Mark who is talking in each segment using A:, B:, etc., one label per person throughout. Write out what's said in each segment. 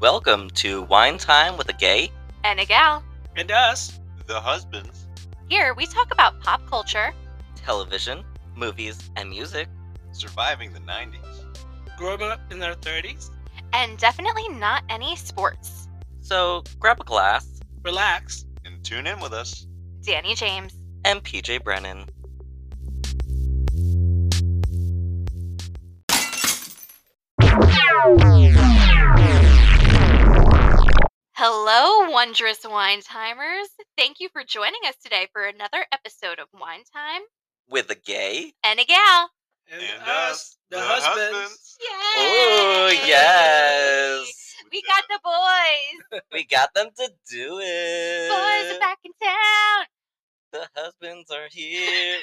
A: Welcome to Wine Time with a Gay.
B: and a gal.
C: And us, the husbands.
B: Here we talk about pop culture,
A: television, movies, and music.
C: Surviving the 90s. Growing up in our 30s.
B: and definitely not any sports.
A: So grab a glass
C: Relax. And tune in with us.
B: Danny James.
A: and PJ Brennan.
B: Hello, wondrous wine timers. Thank you for joining us today for another episode of Wine Time
A: With a gay?
B: and a gal.
C: And, us, the, husbands.
B: Yay!
A: Oh, yes.
B: We got the boys.
A: We got them to do it.
B: Boys are back in town.
A: The husbands are here.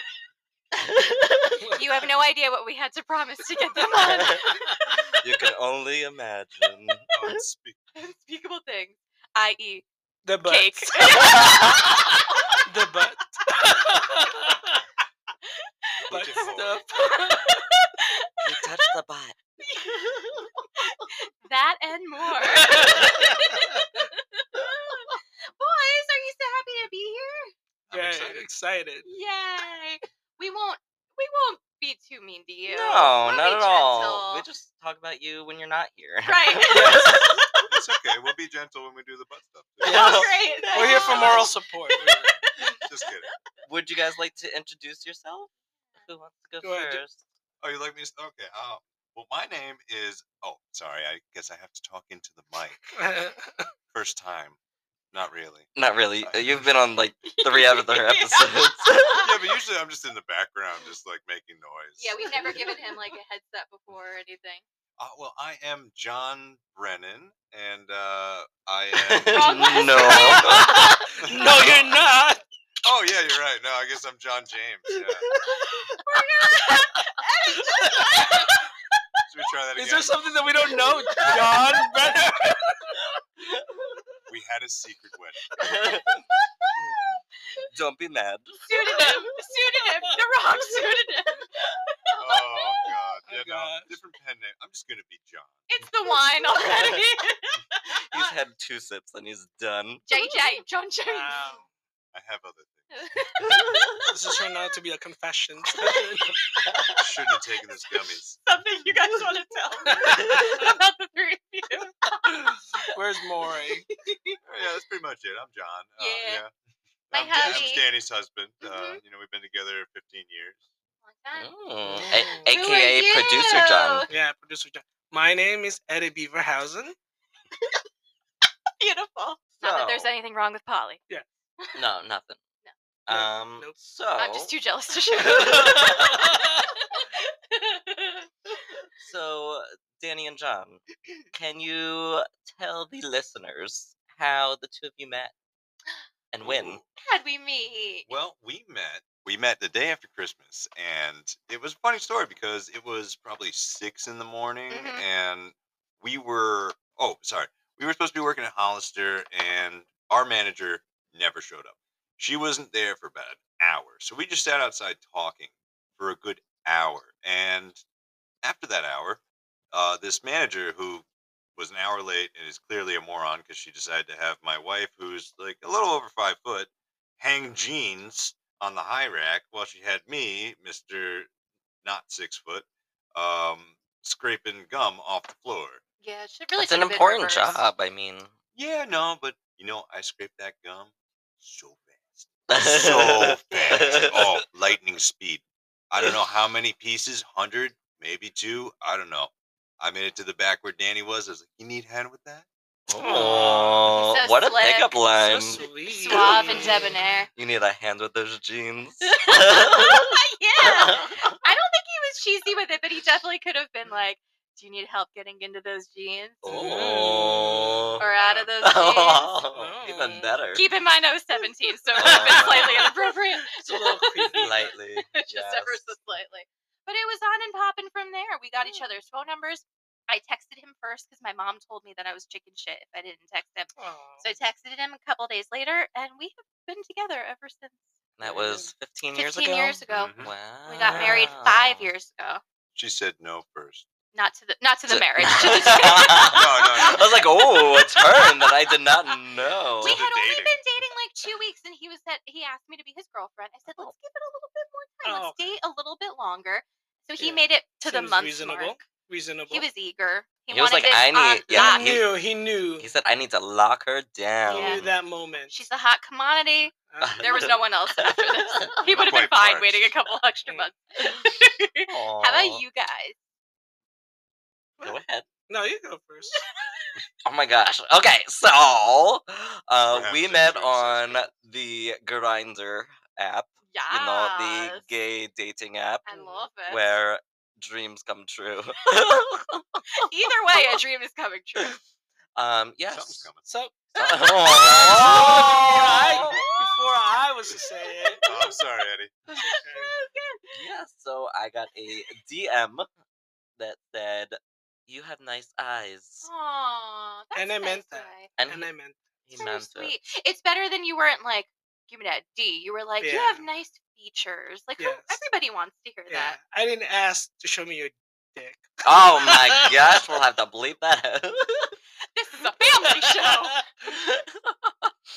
B: You have no idea what we had to promise to get them on.
A: you can only imagine.
D: Oh,
B: Unspeakable things, i.e.,
C: The butt.
B: cake.
C: the butt. butt
B: Looking forward.
C: stuff.
A: You touched the butt.
B: that and more. Boys, are you so happy to be here?
C: Very excited.
B: Yay! We won't we won't be too mean to you.
A: No,
B: We'll
A: not
B: be
A: at all. We
B: gentle.
A: just talk about you when you're not here.
B: Right.
D: It's okay. We'll be gentle when we do the butt stuff. too.
C: Yeah.
B: Oh, great.
C: We're here for moral support.
D: Just kidding.
A: Would you guys like to introduce yourself? Who wants to go
C: Go ahead, Jim.
A: first?
D: Oh, you like me? Okay. Oh, well, my name is. Oh, sorry. I guess I have to talk into the mic. First time. Not really.
A: Not really.
D: Sorry.
A: You've been on like three out of their episodes.
D: Yeah, but usually I'm just in the background, just like making noise.
B: Yeah, we've never given him like a heads up before or anything.
D: Uh, well, I am John Brennan, and uh, I am.
B: Wrong list.
A: no.
C: no, you're not.
D: oh, yeah, you're right. No, I guess I'm John James. Yeah. Should we try that again?
C: Is there something that we don't know, John Brenner?
D: we had a secret wedding.
A: Don't be mad.
B: pseudonym. Pseudonym. The wrong pseudonym.
D: Oh, God.
C: Oh,
D: Yeah,
C: gosh.
D: no, different pen name. I'm just going to be John.
B: It's the wine already.
A: He's had two sips and he's done.
B: JJ, John James.
C: Wow.
D: I have other things.
C: This is turned out to be a confession.
D: Shouldn't have taken those gummies.
B: Something you guys want to tell me about the three of you.
C: Where's Maury?
D: Yeah, that's pretty much it. I'm John. Uh,
B: Yeah.
D: yeah.
B: My
D: I'm, Dan- I'm
B: hubby.
D: Danny's husband. Uh,
B: Mhm.
D: you know, we've been together 15 years.
A: Mm,
C: Mm.
A: a-
B: Who are
A: AKA producer John.
B: you?
C: Yeah, producer John. My name is Eddie Beaverhausen.
B: Beautiful. Not that there's
A: So-
B: anything wrong with Polly.
A: No, nothing.
C: No.
A: Um,
C: Nope.
A: so
B: I'm just too jealous to share.
A: So, Danny and John, can you tell the listeners how the two of you met and when?
B: How'd we meet?
D: Well, we met. We met the day after Christmas, and it was a funny story because it was probably six in the morning,
B: Mhm.
D: and we were. Oh, sorry. We were supposed to be working at Hollister, and our manager never showed up. She wasn't there for about an hour, so we just sat outside talking for a good hour. And after that hour, uh, this manager who was an hour late and is clearly a moron because she decided to have my wife, who's like a little over five foot, hang jeans on the high rack while she had me, Mr. Not Six Foot, um, scraping gum off the floor.
B: Yeah, it should really
A: It's an
B: should have been
A: important
B: reversed.
A: job. I mean,
D: Yeah, no, but you know, I scraped that gum so fast. So fast. Oh, lightning speed. I don't know how many pieces, 100, maybe two. I don't know. I made it to the back where Danny was. I was like, you need hand with that?
A: Oh,
B: So
A: what a
B: slick.
A: pickup line.
C: so sweet.
B: Suave and debonair.
A: You need a hand with those jeans.
B: Mm. yeah. I don't think he was cheesy with it, but he definitely could have been like, Do you need help getting into those jeans?
A: oh.
B: Or out of those jeans?
A: Oh,
B: Mm.
A: even better.
B: Keep in mind I was 17, so it would have been slightly inappropriate.
C: It's a little creepy.
A: Lightly.
C: Mm.
B: just ever so slightly. But it was on and popping from there. We got each other's phone numbers. I texted him first because my mom told me that I was chicken shit if I didn't text him.
C: Aw.
B: So I texted him a couple days later, and we have been together ever since.
A: That was 15 years
B: 15
A: ago.
B: mm. years ago.
C: Mm-hmm.
D: Mhm.
A: Wow.
B: We got married
C: Ah.
B: five years ago.
D: She said no first.
B: Not to the not to the
A: To-
B: marriage.
A: I was like, oh, a turn that I did not know.
B: we
D: to
B: had only
D: dating.
B: been dating like two weeks, and he was that he asked me to be his girlfriend. I said, let's give it a little bit more time.
C: Oh,
B: Let's
C: okay.
B: date a little bit longer. So he
C: Yeah.
B: made it to the
C: Seems
B: month
C: reasonable.
B: mark.
C: Reasonable.
B: He was eager. He,
A: He was
B: wanted
A: like,
B: it
A: I
B: on
A: need- yeah,
B: lock.
C: he
A: he-
C: knew. He knew.
A: He said, I need to lock her down.
C: He knew that moment.
B: She's a hot commodity.
C: Uh,
B: There was no one else after this. He would have been
D: Quite
B: fine
D: parched.
B: waiting a couple extra
C: Mm.
B: months.
A: Aw.
B: How about you guys?
A: Go ahead.
C: No, you go first.
A: Oh my gosh. Okay, so uh,
D: Perhaps
A: we
D: it's
A: met
D: true,
A: on
D: sister.
A: the Grinder app,
B: Yeah.
A: you know, the gay dating app
B: Ah, I love it.
A: where dreams come true.
B: Either way, a dream is coming true.
A: um, yes.
D: Something's coming.
C: So
A: So- oh,
C: I,
B: Oh!
A: Aw.
C: before I was to say it,
D: Oh, I'm sorry, Eddie.
A: yeah, so I got a DM that said, "You have nice eyes,"
B: Oh, Aw, that's
C: And I meant
B: nice
C: that.
B: guy.
A: and
C: and
A: he,
C: I meant
A: he
B: So
A: meant it.
B: sweet. It's better than you weren't like, give me that D. You were like, you have
C: Yeah.
B: nice features. Like who-
C: Yes.
B: everybody wants to hear
C: yeah. I didn't ask to show me your dick.
A: Oh my gosh, we'll have to bleep that. out.
B: that. This is a family show.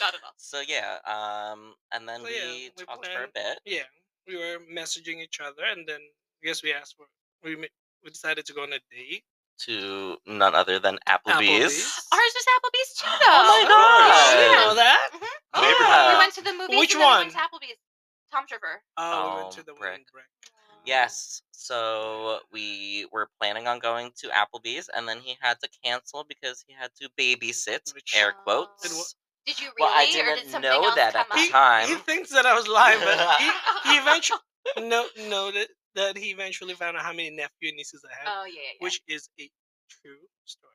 B: Not at all.
A: so yeah, um, and then
C: So,
A: we
C: yeah, we
A: talked for a bit.
C: yeah, we were messaging each other, and then I guess we asked for we ma- we decided to go on a date.
A: to none other than Applebee's.
C: Applebee's.
B: Ours was Applebee's too, though.
A: Oh my
C: Did you
A: god!
C: know that? Oh,
B: Mhm.
A: Yeah.
B: We
A: Uh,
B: went to the movies.
C: which
B: and then we went
C: one?
B: to Applebee's. Tom Trevor.
C: Oh, we
A: Oh,
C: went to the
A: brick.
C: one brick.
A: Yes, so we were planning on going to Applebee's, and then he had to cancel because he had to babysit.
C: Which-
A: Air
B: Oh.
A: quotes.
C: Did what-
B: Did you really,
A: Well, I
B: or
A: didn't
B: did something
A: know
B: else
A: that
B: come
A: at the
B: up?
A: time.
C: He thinks that I was lying, but he, he eventually no noted that he eventually found out how many nephew and nieces I have,
B: Oh yeah, yeah, yeah.
C: which is a true story.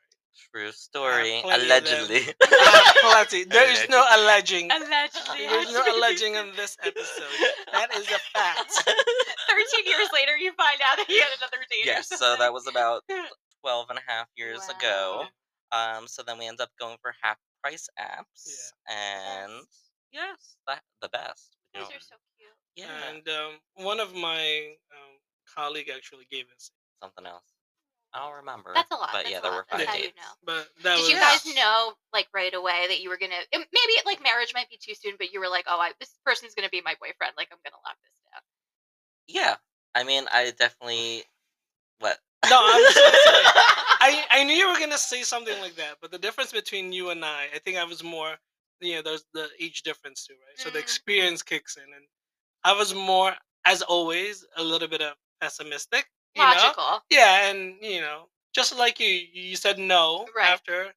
A: True story,
C: plenty of them.
A: allegedly.
C: Uh, plenty. There is no alleging.
B: allegedly.
C: There's no alleging in this episode. That is a fact.
B: Thirteen years later, you find out that he had another date. or
A: yes, so that was about
B: something.
A: 12 and a half years ago. Um, so then we end up going for half price apps, and yes, that, the best. you
B: Those
A: know.
B: are so cute.
A: Yeah,
C: And um, one of my um, colleague actually gave us,
A: something else. I don't remember.
B: That's a lot.
A: But
B: That's
A: yeah,
B: a
A: there
B: lot.
A: were
B: That's
A: five
B: how
A: dates.
B: you know.
C: but that
B: Did
C: was
B: you guys know like right away that you were gonna it- maybe like marriage might be too soon, but you were like, oh, I, this person's gonna be my boyfriend. Like I'm gonna lock this down.
A: Yeah, I mean, I definitely what?
C: No, I'm just saying. I, I knew you were gonna say something like that, but the difference between you and I, I think I was more, you know, there's the age difference too, right? So the
B: Mm.
C: experience kicks in, and I was more, as always, a little bit of pessimistic, you know.
B: Logical.
C: Yeah, and you know, just like you, you said no
B: Right.
C: after,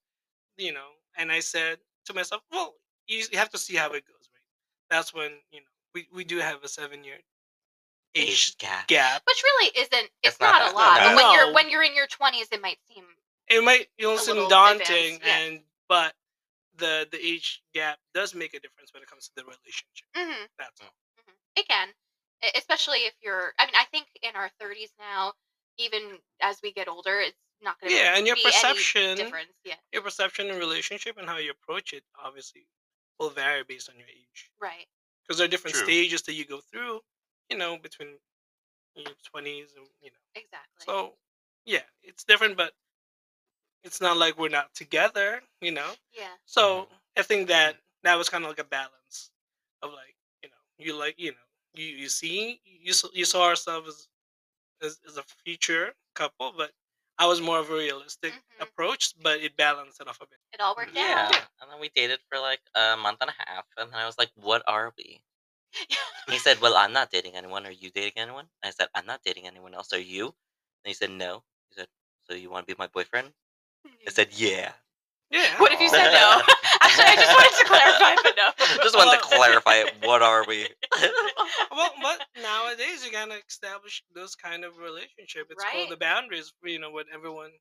C: you know, and I said to myself, well, you you have to see how it goes, right? That's when you know we we do have a seven year age
A: Age gap.
C: gap.
B: Which really isn't. It's,
A: It's not
B: not,
A: that-
B: a lot.
A: not
B: But when you're
C: No.
B: when you're in your twenties, it might seem
C: it might you know
B: a
C: seem
B: little
C: daunting
B: advanced, yeah.
C: and but the the age gap does make a difference when it comes to the relationship
B: mhm,
C: that's all
B: it can, e- especially if you're. I mean, I think in our thirties now, even as we get older, it's not gonna.
C: yeah and your
B: be any
C: perception
B: difference. Yeah.
C: your perception in relationship and how you approach it obviously will vary based on your age
B: Right.
C: because there are different
D: True.
C: stages that you go through you know between your 20s and you know
B: Exactly.
C: so yeah it's different but it's not like we're not together you know
B: yeah.
C: So I think that that was kind of like a balance of like you know you like you know you you see you s- you saw ourselves as as, as a future couple, but I was more of a realistic
B: Mhm.
C: approach, but it balanced it off a bit.
B: It all worked
A: Yeah.
B: out.
A: And then we dated for like a month and a half. And then I was like, what are we? He said, well, I'm not dating anyone. Are you dating anyone? I said, I'm not dating anyone else. Are you? And he said, no. He said, so you want to be my boyfriend? I said, yeah.
C: Yeah.
B: What if you said no? Actually, I just wanted to clarify, but no.
A: Just wanted to clarify it. What are we?
C: well, but nowadays you gotta establish those kind of relationship. It's
B: Right.
C: called the boundaries. You know, when everyone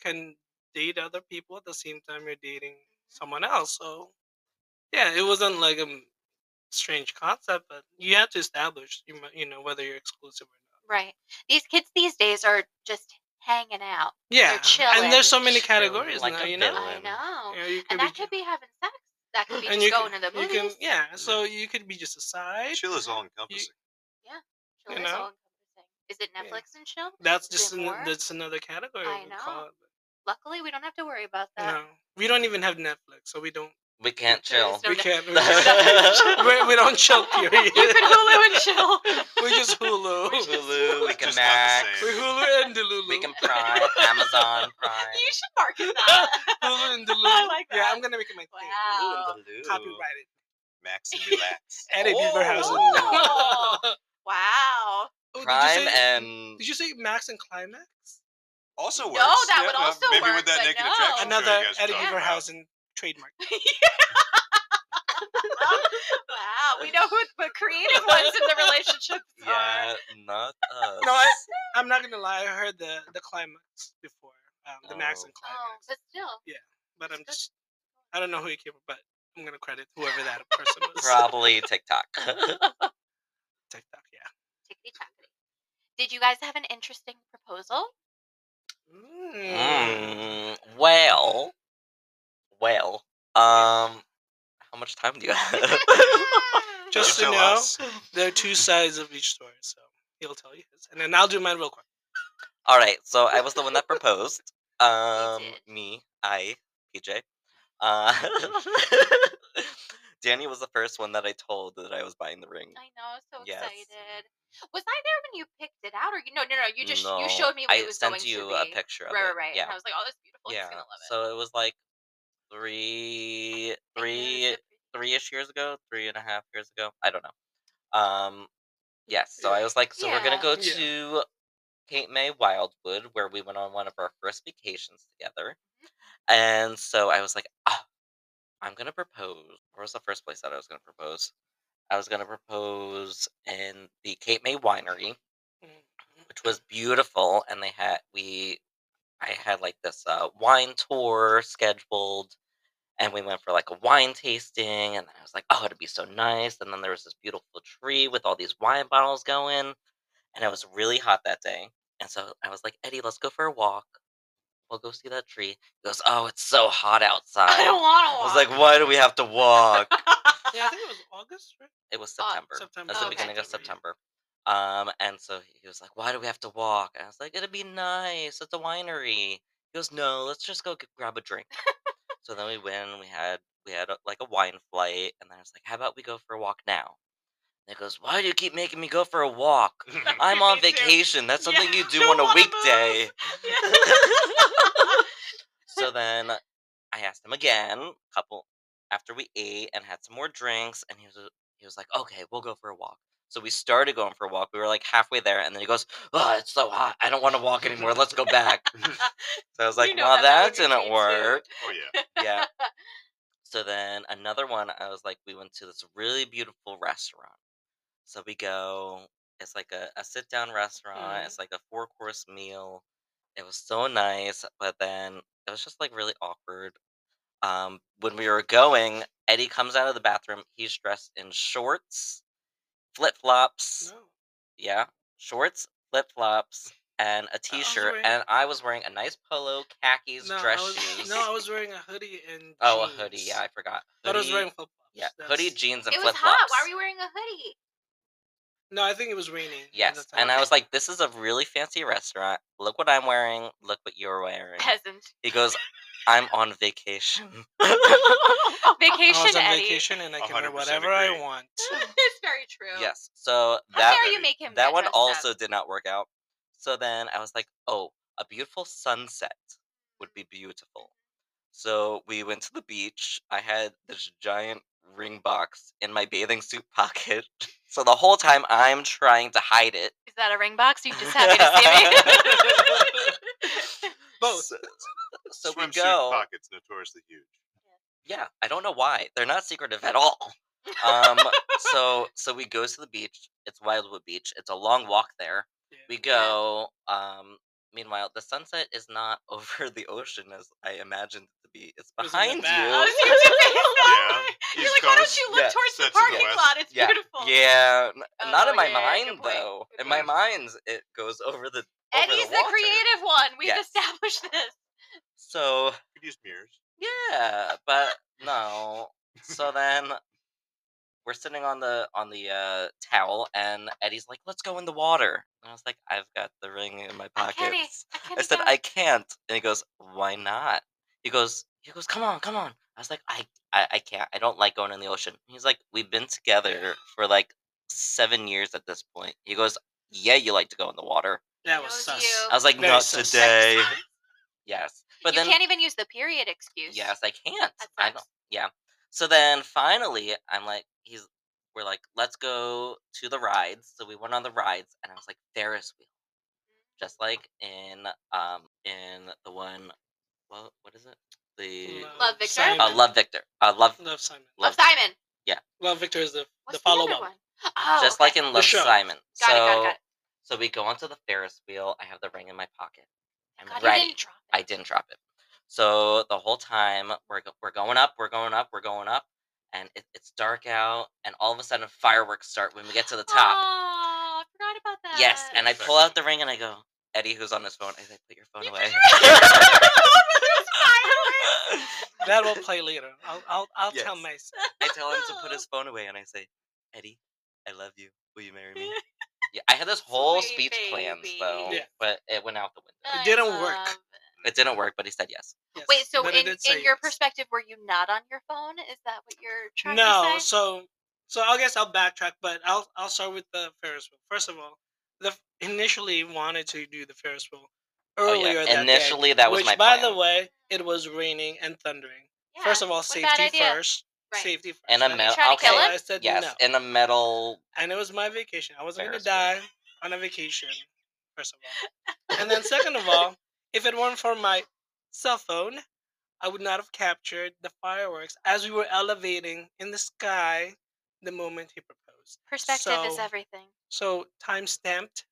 C: can date other people at the same time you're dating someone else. So, yeah, it wasn't like a m- strange concept, but you have to establish, you mu- you know, whether you're exclusive or
B: Right. These kids these days are just hanging out.
C: Yeah, and there's so many
A: chilling,
C: categories
A: like
C: now.
A: a
C: You know,
A: villain.
B: I
A: Chilling.
B: know.
C: Yeah, you could
B: And
C: be
B: that could be having sex. That could be
C: and
B: just
C: you
B: going
C: can,
B: to the
C: you
B: movies. Mm.
C: can, yeah. So you could be just a side.
D: Chill is all encompassing.
B: Chill is
C: you know?
B: all encompassing. Is it Netflix and chill?
C: That's
B: Is
C: just
B: it
C: an,
B: more?
C: that's another category.
B: I
C: we
B: know.
C: call it,
B: Luckily, we don't have to worry about
C: but
B: that.
C: no, we don't even have Netflix, so we don't.
A: We can't
B: There
A: chill.
B: is no
C: we
B: Net-
C: can't. We,
B: there's
C: just,
B: no-
C: we, we don't chill.
B: you
C: Period.
B: can Hulu and chill.
C: we just Hulu.
B: We just-
A: Hulu, we can
D: Just not the
A: Max,
C: we
D: same.
C: Hulu and Delulu.
A: we can Prime, Amazon
B: You
A: Prime.
B: should market that.
C: Hulu and Delulu.
B: I like
C: Yeah,
B: that.
C: I'm gonna make it my thing.
B: Wow.
C: Copyrighted.
D: Max and relax.
C: Eddie
A: Oh.
C: Beaverhausen.
B: Oh. Wow.
C: Oh, did,
A: Prime
C: you say,
A: and
C: did you say Max and Climax?
D: Also works.
B: No, that
D: yeah,
B: would
D: uh,
B: also
D: maybe
B: work,
D: with that
B: but
D: naked
B: no.
D: attraction show you
C: Another
D: guys were
C: Eddie
D: talking about.
C: Beaverhausen trademark.
B: wow. We know who the creative ones in the relationship are.
A: yeah, not us.
C: No, I, I'm not gonna lie. I heard the the climax before, um, the Max
A: Oh.
C: and
B: Oh,
C: climax.
B: but still.
C: But I'm
B: good.
C: just, I don't know who it came from, but I'm gonna credit whoever that person was.
A: Probably TikTok.
C: TikTok, yeah.
B: Tickety tackety. Did you guys have an interesting proposal?
C: Mm.
A: mm, well, well. Um, how much time do you have?
C: Just
D: You
C: to
D: tell
C: know,
D: us.
C: there are two sides of each story, so he'll tell you his, and then I'll do mine real quick.
A: All right, so I was the one that proposed. Um,
B: did.
A: me, I, PJ. Uh, Danny was the first one that I told that I was buying the ring.
B: I know, so
A: Yes.
B: excited. Was I there when you picked it out, or you? No, no, no. You just
A: No,
B: you showed me what
A: I
B: it was
A: sent
B: going to
A: you
B: be.
A: a picture of
B: Right,
A: it.
B: right, right.
A: Yeah,
B: And I was like, "Oh, that's beautiful.
A: yeah.
B: He's gonna love it."
A: So it was like three,
B: Thank you,
A: three,
B: it's so
A: three-ish years ago, three and a half years ago. I don't know. Um, yes. So I was like, so we're gonna
B: Yeah.
A: go
C: Yeah.
A: to Cape May Wildwood, where we went on one of our first vacations together,
B: Mm-hmm.
A: and so I was like, oh, I'm gonna propose. Where was the first place that I was gonna propose? I was gonna propose in the Cape May Winery,
C: Mm-hmm.
A: which was beautiful, and they had we. I had like this uh, wine tour scheduled and we went for like a wine tasting and i was like oh it'd be so nice and then there was this beautiful tree with all these wine bottles going and it was really hot that day and so i was like eddie let's go for a walk we'll go see that tree he goes oh it's so hot outside
B: I don't want to
A: I
B: walk.
A: was like why do we have to walk
C: Yeah, I think it was August, right?
A: it was
B: Oh,
A: september
C: September.
A: that's the
B: Okay.
A: beginning of september um and so he was like why do we have to walk and i was like it'd be nice it's a winery he goes no let's just go g- grab a drink so then we went and we had we had a, like a wine flight and then i was like how about we go for a walk now and he goes why do you keep making me go for a walk i'm on
B: Me too.
A: vacation that's
B: Yeah,
A: something you do on
B: don't
A: a
B: wanna move."
A: weekday
B: Yeah.
A: so then I asked him again, couple after we ate and had some more drinks, and he was uh, he was like, "Okay, we'll go for a walk." So we started going for a walk. We were like halfway there, and then he goes, "Oh, it's so hot. I don't want to walk anymore. Let's go back." So I was like,
B: You know
A: "Well, that
B: that's how it would be,
A: didn't
B: too."
A: work."
D: oh yeah.
A: Yeah. So then another one, I was like, we went to this really beautiful restaurant. So we go. It's like a, a sit down restaurant.
C: Mhm.
A: It's like a four course meal. It was so nice, but then it was just like really awkward. Um, when we were going, Eddie comes out of the bathroom. He's dressed in shorts, flip flops.
C: No.
A: Yeah, shorts, flip flops, and a t shirt.
C: wearing-
A: And I was wearing a nice polo, khakis,
C: No,
A: dress
C: I was,
A: shoes.
C: no, I was wearing a hoodie and
A: oh,
C: jeans.
A: a hoodie. Yeah, I forgot.
C: But I was
A: Hoodie-
C: wearing flip flops.
A: yeah, hoodie, jeans, and
B: it was
A: flip
B: hot.
A: flops.
B: Why were you wearing a hoodie?
C: No, I think it was raining. at the
A: Yes, and
C: time.
A: I was like, "This is a really fancy restaurant. Look what I'm wearing. Look what you're wearing."
B: Peasant.
A: He goes, "I'm on vacation."
B: vacation,
C: I was on
B: Eddie.
C: vacation and I can wear
D: 100%
C: whatever
D: agree.
C: I want.
B: it's very true.
A: yes, so
B: How
A: that
B: dare you make him?
A: that
B: get
A: one
B: dressed
A: also
B: Up?
A: did not work out. So then I was like, "Oh, a beautiful sunset would be beautiful." So we went to the beach. I had this giant ring box in my bathing suit pocket. So the whole time I'm trying to hide it.
B: Is that a ring box? You just happy to see me.
C: Both.
A: So, so we
D: Swimsuit
A: go.
D: pockets notoriously huge.
A: yeah i don't know why they're not secretive at all um so so we go to the beach it's wildwood beach it's a long walk there
C: Yeah.
A: we go um meanwhile the sunset is not over the ocean as i imagined it to be it's
C: It was in
A: behind
C: the back.
B: I was
A: you
B: thinking that.
D: Yeah.
B: You're
D: East
B: like, why don't
D: Coast,
B: you look
A: yeah,
B: towards the
D: sets in the
B: parking
D: west.
B: lot? It's
A: Yeah,
B: beautiful.
A: yeah n-
B: Oh,
A: not in my
B: yeah, good
A: mind
B: point,
A: though
B: good
A: in my
B: point.
A: mind it goes over the
D: Over the
B: Eddie's the,
D: water.
B: creative one. We've
A: Yes.
B: established this.
A: So
D: Could use mirrors.
A: yeah, but no. So then we're sitting on the on the uh, towel, and Eddie's like, "Let's go in the water." And I was like, "I've got the ring in my
B: I can't.
A: pocket."
B: I, can't e."
A: I said,
B: go.
A: "I can't," and he goes, "Why not?" He goes, "He goes, come on, come on." I was like, "I, I, I can't. I don't like going in the ocean." He's like, "We've been together for like seven years at this point." He goes, "Yeah, you like to go in the water."
C: That was
B: Knows
C: sus.
B: you.
A: I was like,
C: Very
A: "Not
C: sus.
A: today." Yes, but
B: you
A: then
B: can't even use the period excuse.
A: Yes, I can't.
B: That
A: I don't.
B: sucks.
A: Yeah. So then finally, I'm like, he's. We're like, let's go to the rides. So we went on the rides, and I was like, Ferris wheel, just
B: Mm-hmm.
A: like in um in the one, what what is it? The
B: Love Victor?
C: Simon.
A: uh, Love Victor. Uh, love
C: Love Simon.
A: love.
B: Love Oh, Simon.
C: Love Victor is the
B: What's
C: the follow
B: other
C: up.
B: one? Oh,
A: Just
B: okay.
A: like in Love
C: show.
A: Simon.
B: Got
A: so
B: it, got it, got it.
A: so we go onto the Ferris wheel. I have the ring in my pocket. I'm
B: God,
A: ready.
B: He didn't drop it.
A: I didn't drop it. So the whole time we're go- we're going up, we're going up, we're going up, and it, it's dark out, and all of a sudden fireworks start when we get to the top.
B: Oh, I forgot about that.
A: yes, and I pull
D: Perfect.
A: out the ring and I go, Eddie, who's on his phone? I say, put your phone
B: You put
A: away.
C: That will play later. I'll I'll, I'll tell
A: Yes.
C: myself.
A: I tell him to put his phone away, and I say, Eddie, I love you. Will you marry me? Yeah, I had this whole
B: Sweet
A: speech planned though,
B: baby.
C: Yeah.
A: but it went out the window.
B: I
C: didn't work.
B: love it.
A: It didn't work, but he said yes.
C: Yes,
B: um, Wait, so
C: but it
B: in,
C: did
B: in
C: say
B: your
C: yes.
B: perspective, were you not on your phone? Is that what you're trying
C: No,
B: to say?
C: so so I guess I'll backtrack, but I'll I'll start with the Ferris wheel. First of all, the initially wanted to do the Ferris wheel
A: Oh,
C: earlier
A: yeah.
C: that
A: Initially,
C: day,
A: that was
C: which,
A: my
C: by
A: plan.
C: the way, it was raining and thundering.
B: Yeah.
C: First of all,
B: What a
C: safety
B: bad idea.
C: first.
B: Right.
C: Safety first.
A: And a
C: And
A: mel-
B: try to
A: okay.
B: kill
C: so
B: him?
C: I said
A: Yes,
C: no.
A: in a metal.
C: and it was my vacation. I wasn't going
A: Ferris
C: to
A: wheel.
C: die on a vacation, first of all. And then, second of all, if it weren't for my cell phone, I would not have captured the fireworks as we were elevating in the sky the moment he proposed.
B: Perspective is
C: So-
B: everything.
C: So, time stamped,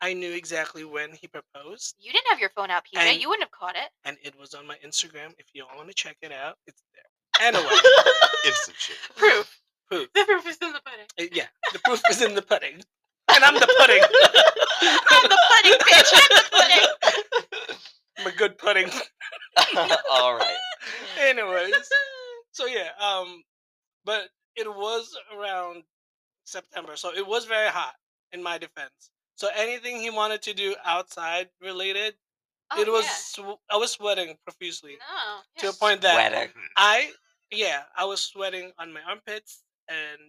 C: I knew exactly when he proposed,
B: You didn't have your phone out, Peter.
C: And-
B: You wouldn't have caught it.
C: and it was on my Instagram. If you all want to check it out, it's there. Anyway,
D: Instant shit.
B: proof.
C: Proof.
B: The proof is in the pudding.
C: uh, yeah, the proof is in the pudding. And I'm the pudding.
B: I'm the pudding, bitch. I'm the pudding.
C: I'm a good pudding.
A: All right.
C: Anyways. so yeah um but it was around september so it was very hot in my defense so anything he wanted to do outside related
B: Oh,
C: it was
B: yeah.
C: sw- i was sweating profusely
B: No. Yeah.
C: to a point that
A: Wedding.
D: Mm-hmm.
C: i yeah i was sweating on my armpits and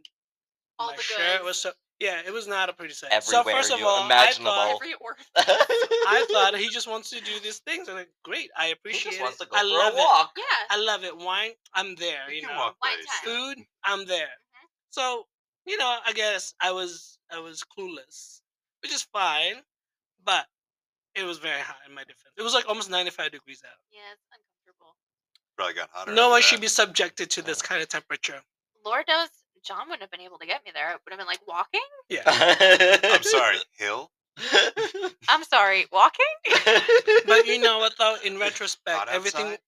B: All
C: my
B: the
C: shirt
B: goods.
C: was so yeah it was not a pretty sight so
A: Everywhere
C: first of
A: you
C: all I,
A: imaginable-
C: thought,
B: Every order.
C: I thought he just wants to do these things and like great i
A: he
C: appreciate
A: just wants
C: it
A: to go
C: i
A: for
C: love
A: a
C: it
A: walk.
B: Yeah.
C: i uh, love it wine i'm there you,
D: You can
C: know
D: walk
B: White
D: ways,
B: tie.
D: yeah.
C: food, I'm there.
B: Mhm.
C: So you know, I guess I was I was clueless, which is fine, but it was very hot in my defense. It was like almost 95 degrees out.
B: Yeah, it's uncomfortable.
D: Probably got hotter. Oh.
C: No
D: after
C: one
D: that.
C: should be subjected to this kind of temperature.
B: Lord knows John wouldn't have been able to get me there. It would have been like walking.
C: Yeah,
A: I'm
D: I'm sorry, Hill.
B: I'm sorry, walking?
C: but you know what though? In retrospect,
D: Hot
C: everything
D: outside?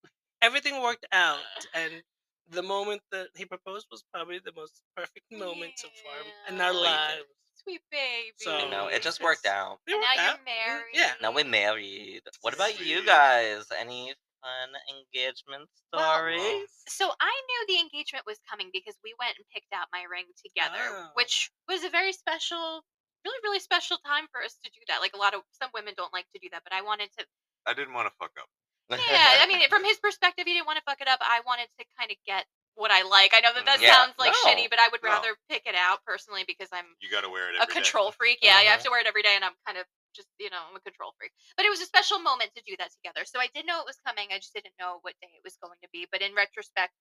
C: everything worked out, and the moment that he proposed was probably the most perfect moment so far in our
B: Yeah.
C: lives.
B: Sweet baby.
C: So-
A: you know, it just worked out.
C: It
B: And
C: worked
B: now you're
C: out.
B: married.
C: Yeah.
A: Now we're married. What about you
D: Sweet.
A: guys? Any fun engagement
B: Well,
A: stories?
B: So I knew the engagement was coming because we went and picked out my ring together,
C: Oh.
B: which was a very special, really, really special time for us to do that. Like a lot of some women don't like to do that, but I wanted to.
D: I didn't want to fuck up.
B: Yeah, I mean, from his perspective, he didn't want to fuck it up. I wanted to kind of get what I like. I know that that
A: Mm, Yeah,
B: sounds like
A: no,
B: shitty, but I would
D: no.
B: rather pick it out personally because I'm
D: You got to wear it every
B: a
D: day.
B: control freak. Yeah, I have
A: Uh-huh.
B: to wear it every day, and I'm kind of just you know I'm a control freak. But it was a special moment to do that together. So I did know it was coming. I just didn't know what day it was going to be. But in retrospect,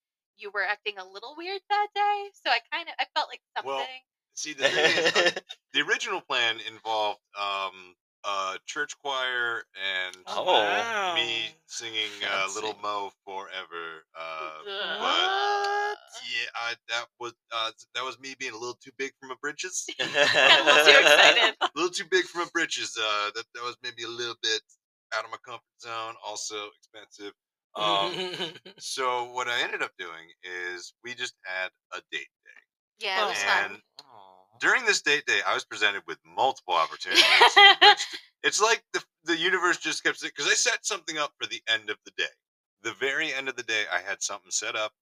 B: you were acting a little weird that day, so I kind of I felt like something.
D: Well, See, the thing is, uh, the original plan involved um, a church choir and
A: Oh,
D: me singing uh, "Little
A: Fancy.
D: Mo Forever." Uh,
B: Ugh.
A: What?
D: yeah, I, that was uh, that was me being a little too big for my britches.
B: Got a little too excited.
D: a little too big for my britches. Uh, that that was maybe a little bit out of my comfort zone. Also expensive. Um, so what I ended up doing is we just had a date day.
B: Yeah, it was fun.
D: And During this date day, I was presented with multiple opportunities.
B: Yeah.
D: which- it's like the the universe just kept because I set something up for the end of the day. The very end of the day, I had something set up,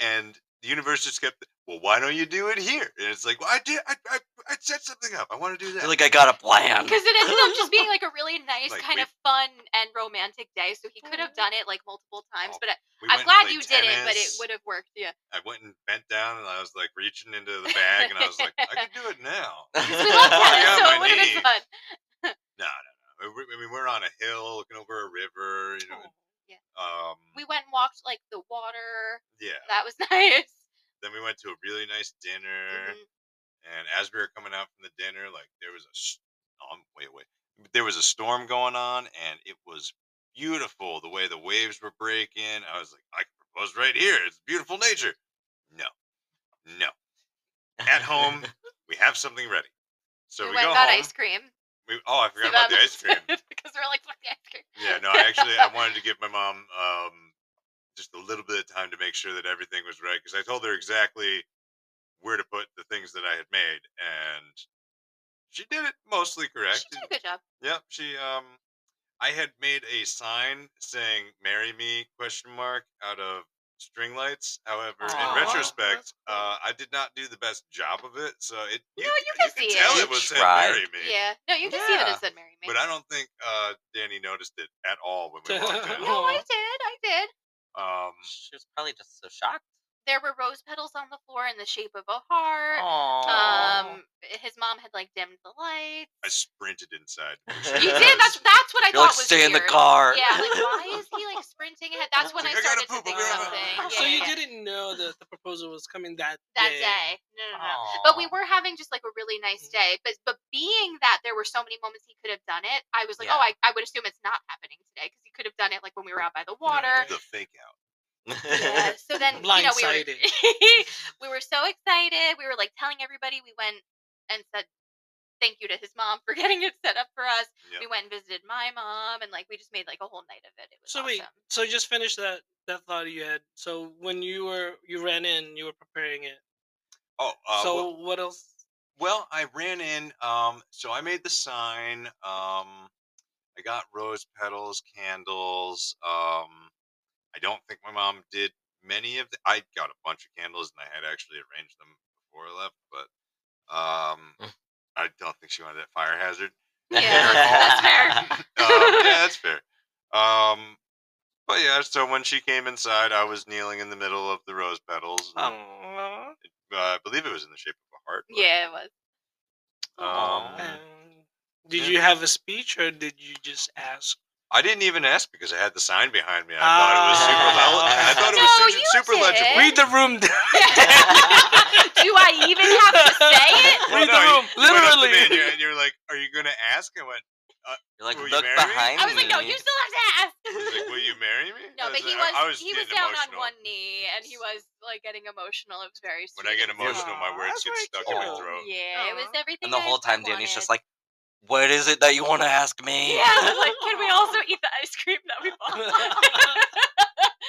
D: and the universe just kept. Well, why don't you do it here? And it's like, well, I did. I, I, I set something up. I want to do that.
A: You're like, I got a plan.
B: Because it ended up just being like a really nice,
D: Like,
B: kind
D: we-
B: of fun and romantic day. So he could have done it like multiple times,
D: Oh,
B: but I,
D: We
B: I'm
D: went and
B: glad
D: played
B: you did it. But it
D: tennis.
B: would have worked. Yeah.
D: I went and bent down, and I was like reaching into the bag, and I was like, I can do it now.
B: Because we love
D: Oh,
B: tennis,
D: yeah,
B: so
D: my
B: it would have
D: knee.
B: been fun.
D: No, no, no. Uh, We- I mean, we're on a hill, looking over a river. You know, um,
B: Oh, We went and walked like the water.
D: yeah.
B: That was nice.
D: Then we went to a really nice dinner,
B: Mhm.
D: and as we were coming out from the dinner, like there was a, s- oh, I'm way away. There was a storm going on, and it was beautiful the way the waves were breaking. I was like, I can propose right here. It's beautiful nature. No, no. At home, we have something ready. So we,
B: went and
D: go
B: Oh, got
D: home.
B: ice cream.
D: We, oh, I forgot about the ice cream.
B: because we're like, fuck the ice cream.
D: Yeah, no, I actually I wanted to give my mom um, just a little bit of time to make sure that everything was right because I told her exactly where to put the things that I had made, and she did it mostly correct.
B: She did a good job.
D: Yep, she um, I had made a sign saying "Marry Me?" question mark out of string lights. However,
A: Aw.
D: in
C: That's
D: retrospect,
C: cool.
D: uh, I did not do the best job of it, so it
B: No, you can see
D: tell
A: it.
D: it,
A: You
D: was said
A: tried.
D: "Marry Me."
B: Yeah. No, you can see that
A: Yeah.
B: it said Mary May.
D: But I don't think uh, Danny noticed it at all when we walked in.
B: no, I did. I did.
D: Um,
A: she was probably just so shocked.
B: There were rose petals on the floor in the shape of a heart.
A: Aww.
B: Um, his mom had like dimmed the lights.
D: I sprinted inside.
B: You did. That's that's what I
A: You're like,
B: thought was
A: stay in the
B: weird."
A: car.
B: Yeah, like why is he like sprinting ahead? That's when I
D: Like, "I
B: started to
D: gotta poop,
B: think
D: I gotta
B: something.
D: poop."
B: Yeah,
C: so
B: yeah,
C: you
B: yeah.
C: didn't know that the proposal was coming that
B: that
C: day.
B: day. No, no, no. But we were having just like a really nice
C: Mhm.
B: day. But but being that there were so many moments he could have done it, I was like,
A: Yeah.
B: oh, I, I would assume it's not happening today because he could have done it like when we were out by the water.
D: the fake out.
B: Yeah, so then you know, we were
C: Blindsided.
B: we were so excited. We were like telling everybody. We went and said thank you to his mom for getting it set up for us.
D: Yep.
B: We went and visited my mom, and like we just made like a whole night of it. It was
C: So
B: awesome.
C: wait, so just finish that that thought you had. So when you were you ran in, you were preparing it.
D: Oh, uh,
C: so
D: well,
C: what else?
D: well, I ran in. Um, so I made the sign. Um, I got rose petals, candles. Um, I don't think my mom did many of the. I got a bunch of candles, and I had actually arranged them before I left, but um, I don't think she wanted that fire hazard.
B: Yeah, that's fair.
D: um, yeah, that's fair. Um, but yeah, so when she came inside, I was kneeling in the middle of the rose petals. and,
C: Aw.
D: uh, I believe it was in the shape of a heart. but,
B: Yeah, it was.
D: Um,
C: Um, did
D: Yeah.
C: you have a speech or did you just ask?
D: I didn't even ask because I had the sign behind me. I
C: Oh.
D: thought
B: Ah. No,
D: it was super. Li- I thought it was
B: you
D: super, super
B: did.
D: legible.
C: Read the room. down.
B: Do I even have to say it?
C: Read
D: Well, no,
C: the
D: you-
C: room.
D: you went up to me and
C: Literally.
D: you're, and you're like, "Are you gonna ask?" I went,
A: You're like,
D: Will you
A: look
D: marry me?"
A: behind
B: I was like, no,
A: me."
B: you still have to ask.
D: I was like, "Will you marry me?"
B: No,
D: I
B: but he
D: I-
B: was,
D: I was
B: he was
D: getting
B: down
D: emotional.
B: on one knee and he was like getting emotional. It was very sweet.
D: When I get
B: and
D: emotional,
B: sweet.
D: my
C: Aw,
D: words
C: that's
D: get
C: very
D: stuck in my
A: cute.
D: throat.
B: Yeah, it was everything.
A: And the
B: I
A: whole time, Danny's
B: wanted.
A: just like, what is it that you want to ask me?
B: yeah, I was like, can we also eat the ice cream that we bought?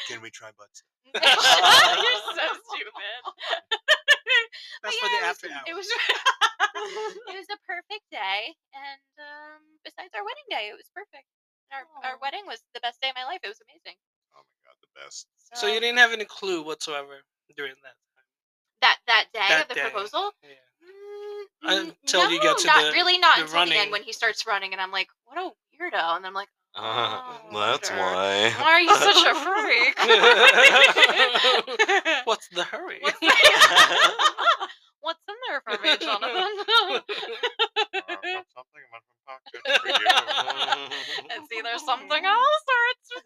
D: Can we try butts?
B: You're so stupid. But
C: That's for
B: Oh, yeah,
C: the after
B: it was,
C: hours.
B: It was, it was a perfect day, and um, besides our wedding day, it was perfect. Our our
E: Aw.
B: wedding was the best day of my life. It was amazing.
D: Oh my god, the best.
C: So
B: Oh.
C: you didn't have any clue whatsoever during that
B: that that day
C: That
B: of the
C: day.
B: proposal.
C: time. Yeah.
B: Mm, n-
C: Until you get to
B: not
C: the-
B: really not
C: the
B: until the
C: running.
B: end when he starts running, and I'm like, what a weirdo, and I'm like,
C: Uh-huh.
A: Uh,
B: oh,
A: well, that's
B: sure.
A: why.
B: Why are you such a freak?
C: What's the hurry?
B: What's the- What's in there for me, Jonathan?
D: Uh, I've got something in my pocket for you.
B: it's either something else or it's a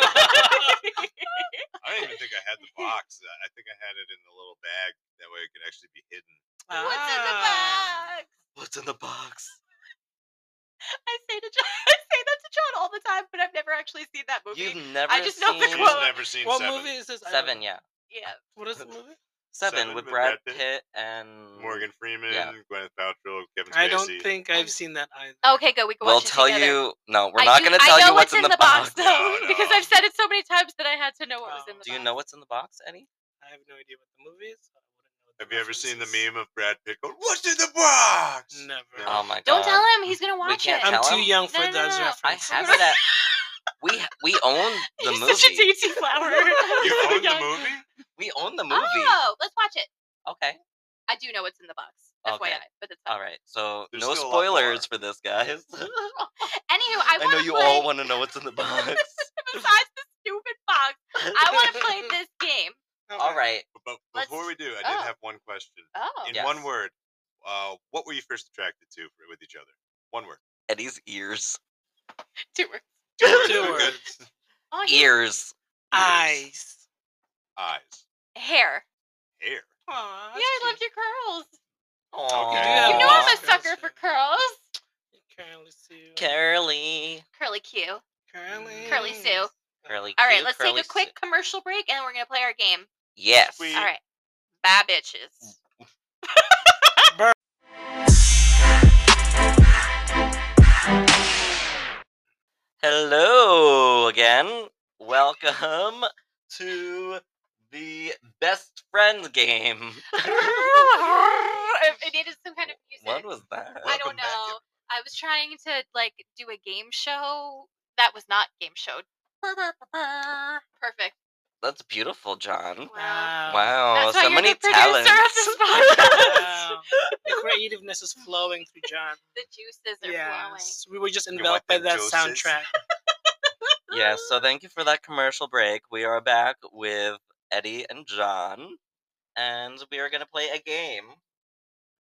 B: box.
D: I don't even think I had the box. I I think I had it in the little bag. That way it could actually be hidden.
B: What's in the
C: Ah.
B: box?
A: What's in the box?
B: I say to John, I say that to John all the time, but I've never actually seen that movie.
A: You've never
B: I just know the
A: seen
D: She's
B: quote.
D: never seen
C: What
D: Seven.
C: movie is this? I don't
A: Seven,
C: know.
A: yeah.
B: yeah.
C: What is the movie?
A: Seven,
D: Seven
A: with
D: with
A: Brad
D: Brad Pitt.
A: Pitt and
D: Morgan Freeman,
A: Yeah.
D: Gwyneth Paltrow, Kevin Spacey.
C: I don't think
B: Oh.
C: I've seen that either.
B: Okay, go. We can
A: We'll
B: watch it
A: tell
B: together.
A: you. No, we're
B: I
A: not
B: do-
A: going to
B: I
A: tell
B: know
A: you what's in the box.
B: though,
D: No,
B: because
D: no.
B: I've said it so many times that I had to know what was in the
C: Oh.
B: box.
A: Do you know what's in the box, Eddie?
C: I have no idea what the movie is. So I wouldn't know
D: Have you ever seen the
C: references.
D: meme of Brad Pitt going, "What's in the box?"
C: Never.
A: Oh my god.
B: Don't tell him. He's gonna watch
A: can't
B: it.
A: tell
C: I'm too
A: him.
C: young for
B: No, no,
C: those
B: no, no.
A: I
B: I
C: references.
A: have it at. We ha- we own the
B: He's
A: movie.
B: such a dainty flower.
D: You
B: So
D: own the
B: young.
D: movie?
A: we own the movie.
B: Oh, let's watch it.
A: Okay.
B: I do know what's in the box. FYI,
A: Okay.
B: but it's fine.
A: All right. So
D: There's
A: no
D: still a lot more.
A: spoilers for this, guys.
B: Anywho,
A: I
B: I, want
A: know
B: to
A: you
B: play,
A: all want to know what's in the box.
B: besides the stupid box, I want to play this game.
A: All right.
D: But
B: Let's-
D: before we do, I did
B: oh.
D: have one question.
B: Oh,
D: In
A: Yeah.
D: one
A: Yes.
D: word, uh, what were you first attracted to for, with each other? One word.
A: Eddie's ears.
B: two words.
C: Two
D: Okay.
C: words.
B: Oh, yeah.
A: Ears.
C: Eyes.
D: Eyes.
B: Hair.
D: Hair.
C: Aw,
B: yeah, I love your curls.
A: Aww.
B: You know
C: Aw.
B: I'm a sucker for curls.
C: Curly Sue.
A: Curly.
B: Curly Q.
C: Curly.
B: Curly Sue.
A: Curly.
B: All right,
A: Q,
B: let's take
A: curly
B: a quick uh
A: Sue.
B: commercial break and we're going to play our game.
A: Yes.
D: Sweet.
B: All right. Bye, bitches.
A: Hello again. Welcome to the best friend game.
B: it it needed some kind of music.
A: What was that?
B: I
D: Welcome
B: don't
D: back,
B: know. I was trying to like do a game show that was not game show. Perfect.
A: That's beautiful, John.
B: Wow.
A: Wow,
B: That's why
A: Oh, so
B: you're
A: many
B: the producer
A: talents.
B: of this podcast.
C: Wow. the creativeness is flowing through John.
B: the juices are
C: Yes. We were just
D: want
C: enveloped by
D: them
C: that
D: juices?
C: soundtrack.
B: flowing.
A: Yes, so thank you for that commercial break. We are back with Eddie and John, and we are going to play a game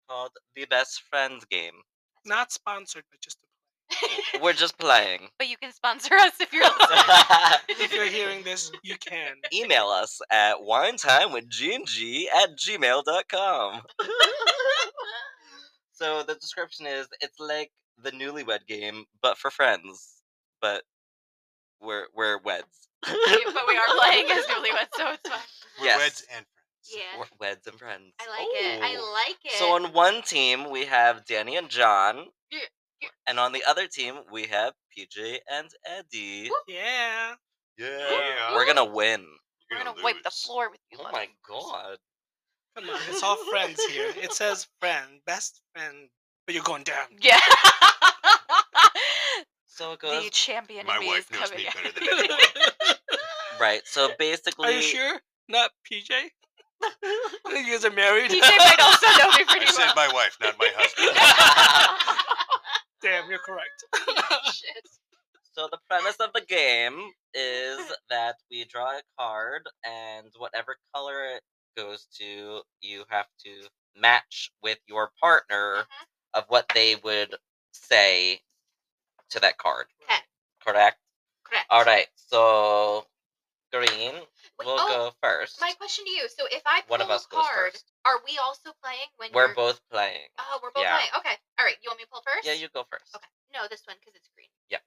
A: called the Best Friends Game.
C: Not sponsored, but just
A: We're just playing.
B: but you can sponsor us if you're listening.
C: if you're hearing this, you can.
A: Email us at winetimewithgng at gmail.com. So the description is it's like the newlywed game, but for friends. But we're we're weds.
B: We- but we are playing as newlyweds, so it's fine.
D: We're
A: Yes.
D: weds and friends.
B: Yeah,
A: We're weds and friends. Oh.
B: I like it. I
A: Ooh.
B: like it.
A: So on one team we have Danny and John,
B: Yeah, yeah.
A: and on the other team we have PJ and Eddie.
B: Woo.
C: Yeah.
D: Yeah.
A: We're gonna win.
B: we're
D: You're
B: gonna wipe the
D: lose.
B: floor with you.
A: Oh my
B: motherfuckers.
A: god.
C: Come on, it's all friends here. It says friend, best friend, but you're going down.
B: Yeah.
A: So it
B: the
A: goes
B: champion
D: My
B: in me
D: wife
B: is
D: knows
B: coming.
D: me
B: out.
D: better than anyone.
C: Are
A: right. So basically,
C: you sure? Not PJ? I think you guys are married.
B: DJ might also know me pretty
D: I said my wife, not my husband.
B: well.
C: Damn, you're correct.
B: Shit.
A: So the premise of the game is that we draw a card, and whatever color it goes to, you have to match with your partner
B: Mhm.
A: of what they would say to that card.
B: 'Kay.
A: Correct.
B: Correct.
A: All right. So green
B: Wait,
A: will
B: oh,
A: go first.
B: My question to you: So if I pull
A: One of us
B: a
A: goes
B: card,
A: first.
B: are we also playing when
A: We're
B: you're-
A: both playing.
B: Oh, we're both
A: yeah.
B: playing. Okay, all right. You want me to pull first?
A: Yeah, you go first.
B: Okay. No, this one because it's green.
A: Yeah.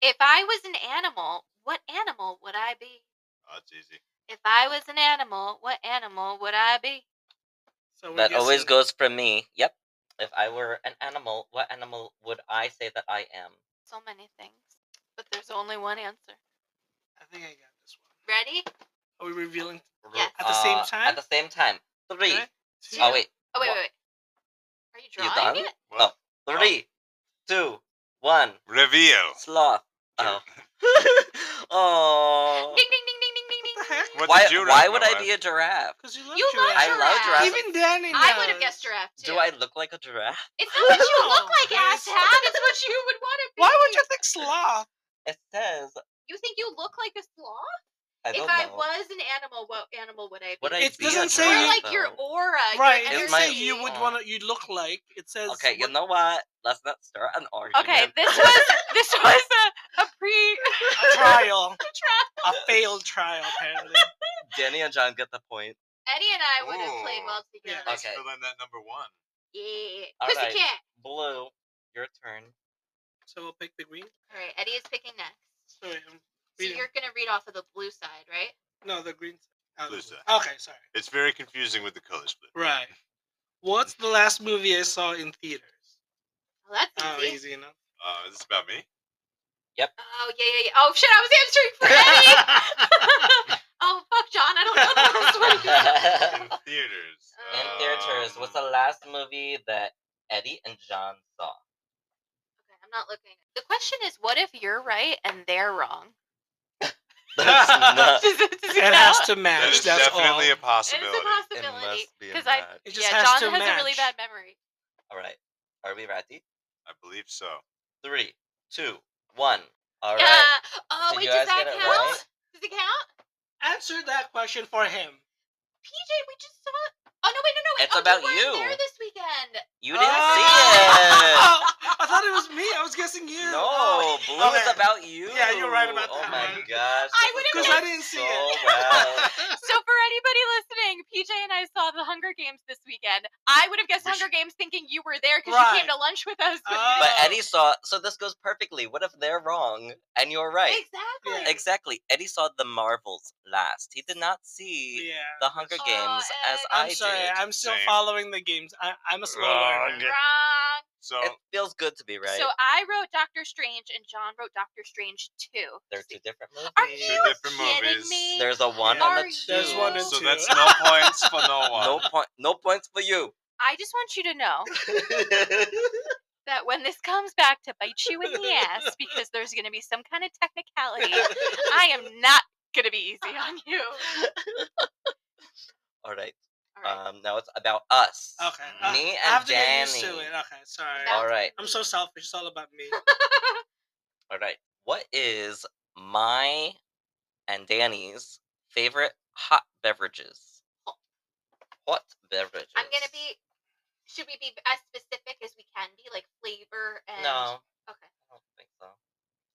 B: If I was an animal, what animal would I be?
D: Oh, That's easy.
B: If I was an animal, what animal would I be?
C: So we're
A: That always
C: guessing-
A: goes from me. Yep. If I were an animal, what animal would I say that I am?
B: So many things, but there's only one answer.
C: I think I got this
B: Ready?
C: one. Are we revealing?
A: Ru-
B: Yes.
C: At the same
A: uh, At
C: time?
A: the same time. Three.
C: Okay.
A: Oh wait.
B: Oh wait,
A: Wha-
B: wait, wait. Are you
A: You
B: drawing
A: done?
B: it?
D: Well,
A: Three, two, one.
D: Reveal.
A: Sloth. Oh. oh.
B: Ding, ding, ding, ding, ding, ding,
C: What the
B: ding.
C: heck?
D: What
A: Why?
D: did you
A: why
D: not
A: would
D: know,
A: I
D: Ed?
A: be a giraffe?
C: Because you love
B: You love
C: giraffe.
A: I love
B: giraffe.
A: giraffes.
C: Even Danny knows.
B: I would have guessed giraffe too.
A: Do I look like a giraffe?
B: It's not what you look
C: No.
B: like, asshat. It's what you would want to be.
C: Why would you think sloth?
A: It says.
B: You think you look like a sloth?
A: I
B: if
A: don't
B: I
A: know.
B: was an animal, what animal would I be?
A: would I
C: It
A: be a
C: doesn't say
A: giraffe,
B: Or
C: you-
B: like
A: though?
B: your aura,
C: Right.
B: Your
C: It
A: and
C: doesn't
B: energy.
A: my-
C: say you would
A: Oh.
C: want to. You look like. It says.
A: Okay, you
C: what-
A: know what? Let's not start an argument.
B: Okay, this was this was a, a pre
C: A
B: trial.
C: trial. A failed trial, apparently.
A: Danny and John get the point.
B: Eddie and I would have played
D: Ooh.
B: well
C: Yeah.
B: together.
D: Let's
A: Okay.
D: fill in that number one.
B: Yeah.
A: All right.
B: Pussycat.
A: Blue, your turn.
C: So we'll pick the green.
B: All right, Eddie is picking next.
C: Sorry, I'm
B: So
C: reading.
B: you're gonna read off of the blue side, right?
C: No, the green. Oh, the
D: Blue
C: blue.
D: side.
C: Okay, sorry.
D: It's very confusing with the color split.
C: Right. What's the last movie I saw in theaters?
B: Well,
C: Oh,
B: that's easy.
C: easy enough.
D: Uh, this is about me.
B: Oh yeah, yeah, yeah. Oh shit, I was answering for Eddie. Oh fuck, John! I don't know the last one.
A: In
D: in theaters.
A: In theaters, what's the
D: um,
A: last movie that Eddie and John saw?
B: Okay, I'm not looking. The question is, what if you're right and they're wrong?
A: That's not.
B: Does it, does it
C: It has
B: count?
C: to match.
D: That is
C: that's all.
D: definitely a
B: It's a
D: possibility.
B: possibility
A: must be a
B: because I
A: match.
C: It just
B: yeah,
C: has
B: John
C: to
B: has a really bad
C: match.
B: memory.
A: All right. Are we ready?
D: I believe so.
A: Three, two, one. All right.
B: Yeah. oh
A: Did
B: wait,
A: you guys
B: does that
A: get it
B: count?
A: right?
B: Does it count?
C: Answer that question for him.
B: PJ, we just saw. Oh no! Wait, no, no, wait.
A: It's
B: oh,
A: about
B: you. weren't
A: you.
B: There this weekend.
A: You didn't see it.
C: Oh, I thought it was me. I was guessing you.
A: No, Blue is
C: okay.
A: about you.
C: Yeah, you're right about
A: Oh
C: that
A: my
C: one.
A: gosh.
B: I
A: this is
B: would've
C: Because
A: going
C: I didn't
A: so
C: see it. Oh.
A: well.
B: So for anybody listening, PJ and I saw the Hunger Games this weekend. I would have guessed
D: We
B: Hunger Games thinking you were there because you
C: Right.
B: came to lunch with us. but you
C: Oh.
A: But
B: didn't.
A: Eddie saw. So this goes perfectly. What if they're wrong and you're right?
B: exactly.
C: Yeah.
A: Exactly. Eddie saw the Marvels last. He did not see
C: yeah.
A: the Hunger
B: Oh,
A: Games as
B: Ed.
A: I
C: I'm sorry.
A: did.
C: I'm still
D: Same. Oh,
C: following the games. I, I'm a slow learner.
D: Wrong.
B: Wrong.
D: So
A: It feels good to be right.
B: So I wrote Doctor Strange and John wrote Doctor Strange too.
A: They're two different movies.
B: Are
D: two
B: you
D: different
B: kidding
D: movies.
B: me?
A: There's a one
C: Are
A: and a
B: you-
A: two.
C: There's one and
D: so
C: two.
D: that's no points for no one.
A: no point. No points for you.
B: I just want you to know that when this comes back to bite you in the ass, because there's going to be some kind of technicality, I am not going to be easy on you.
A: All right.
B: All right.
A: Um. Now it's about us.
C: Okay. uh,
A: Me
C: I have
A: and
C: to
A: Danny.
C: get used to it. Okay. Sorry.
B: That-
A: All right.
C: I'm so selfish. It's all about me.
A: All right. What is my and Danny's favorite hot beverages? What beverages?
B: I'm going to be. Should we be as specific as we can be, like flavor and?
A: No,
B: Okay.
A: I don't think so.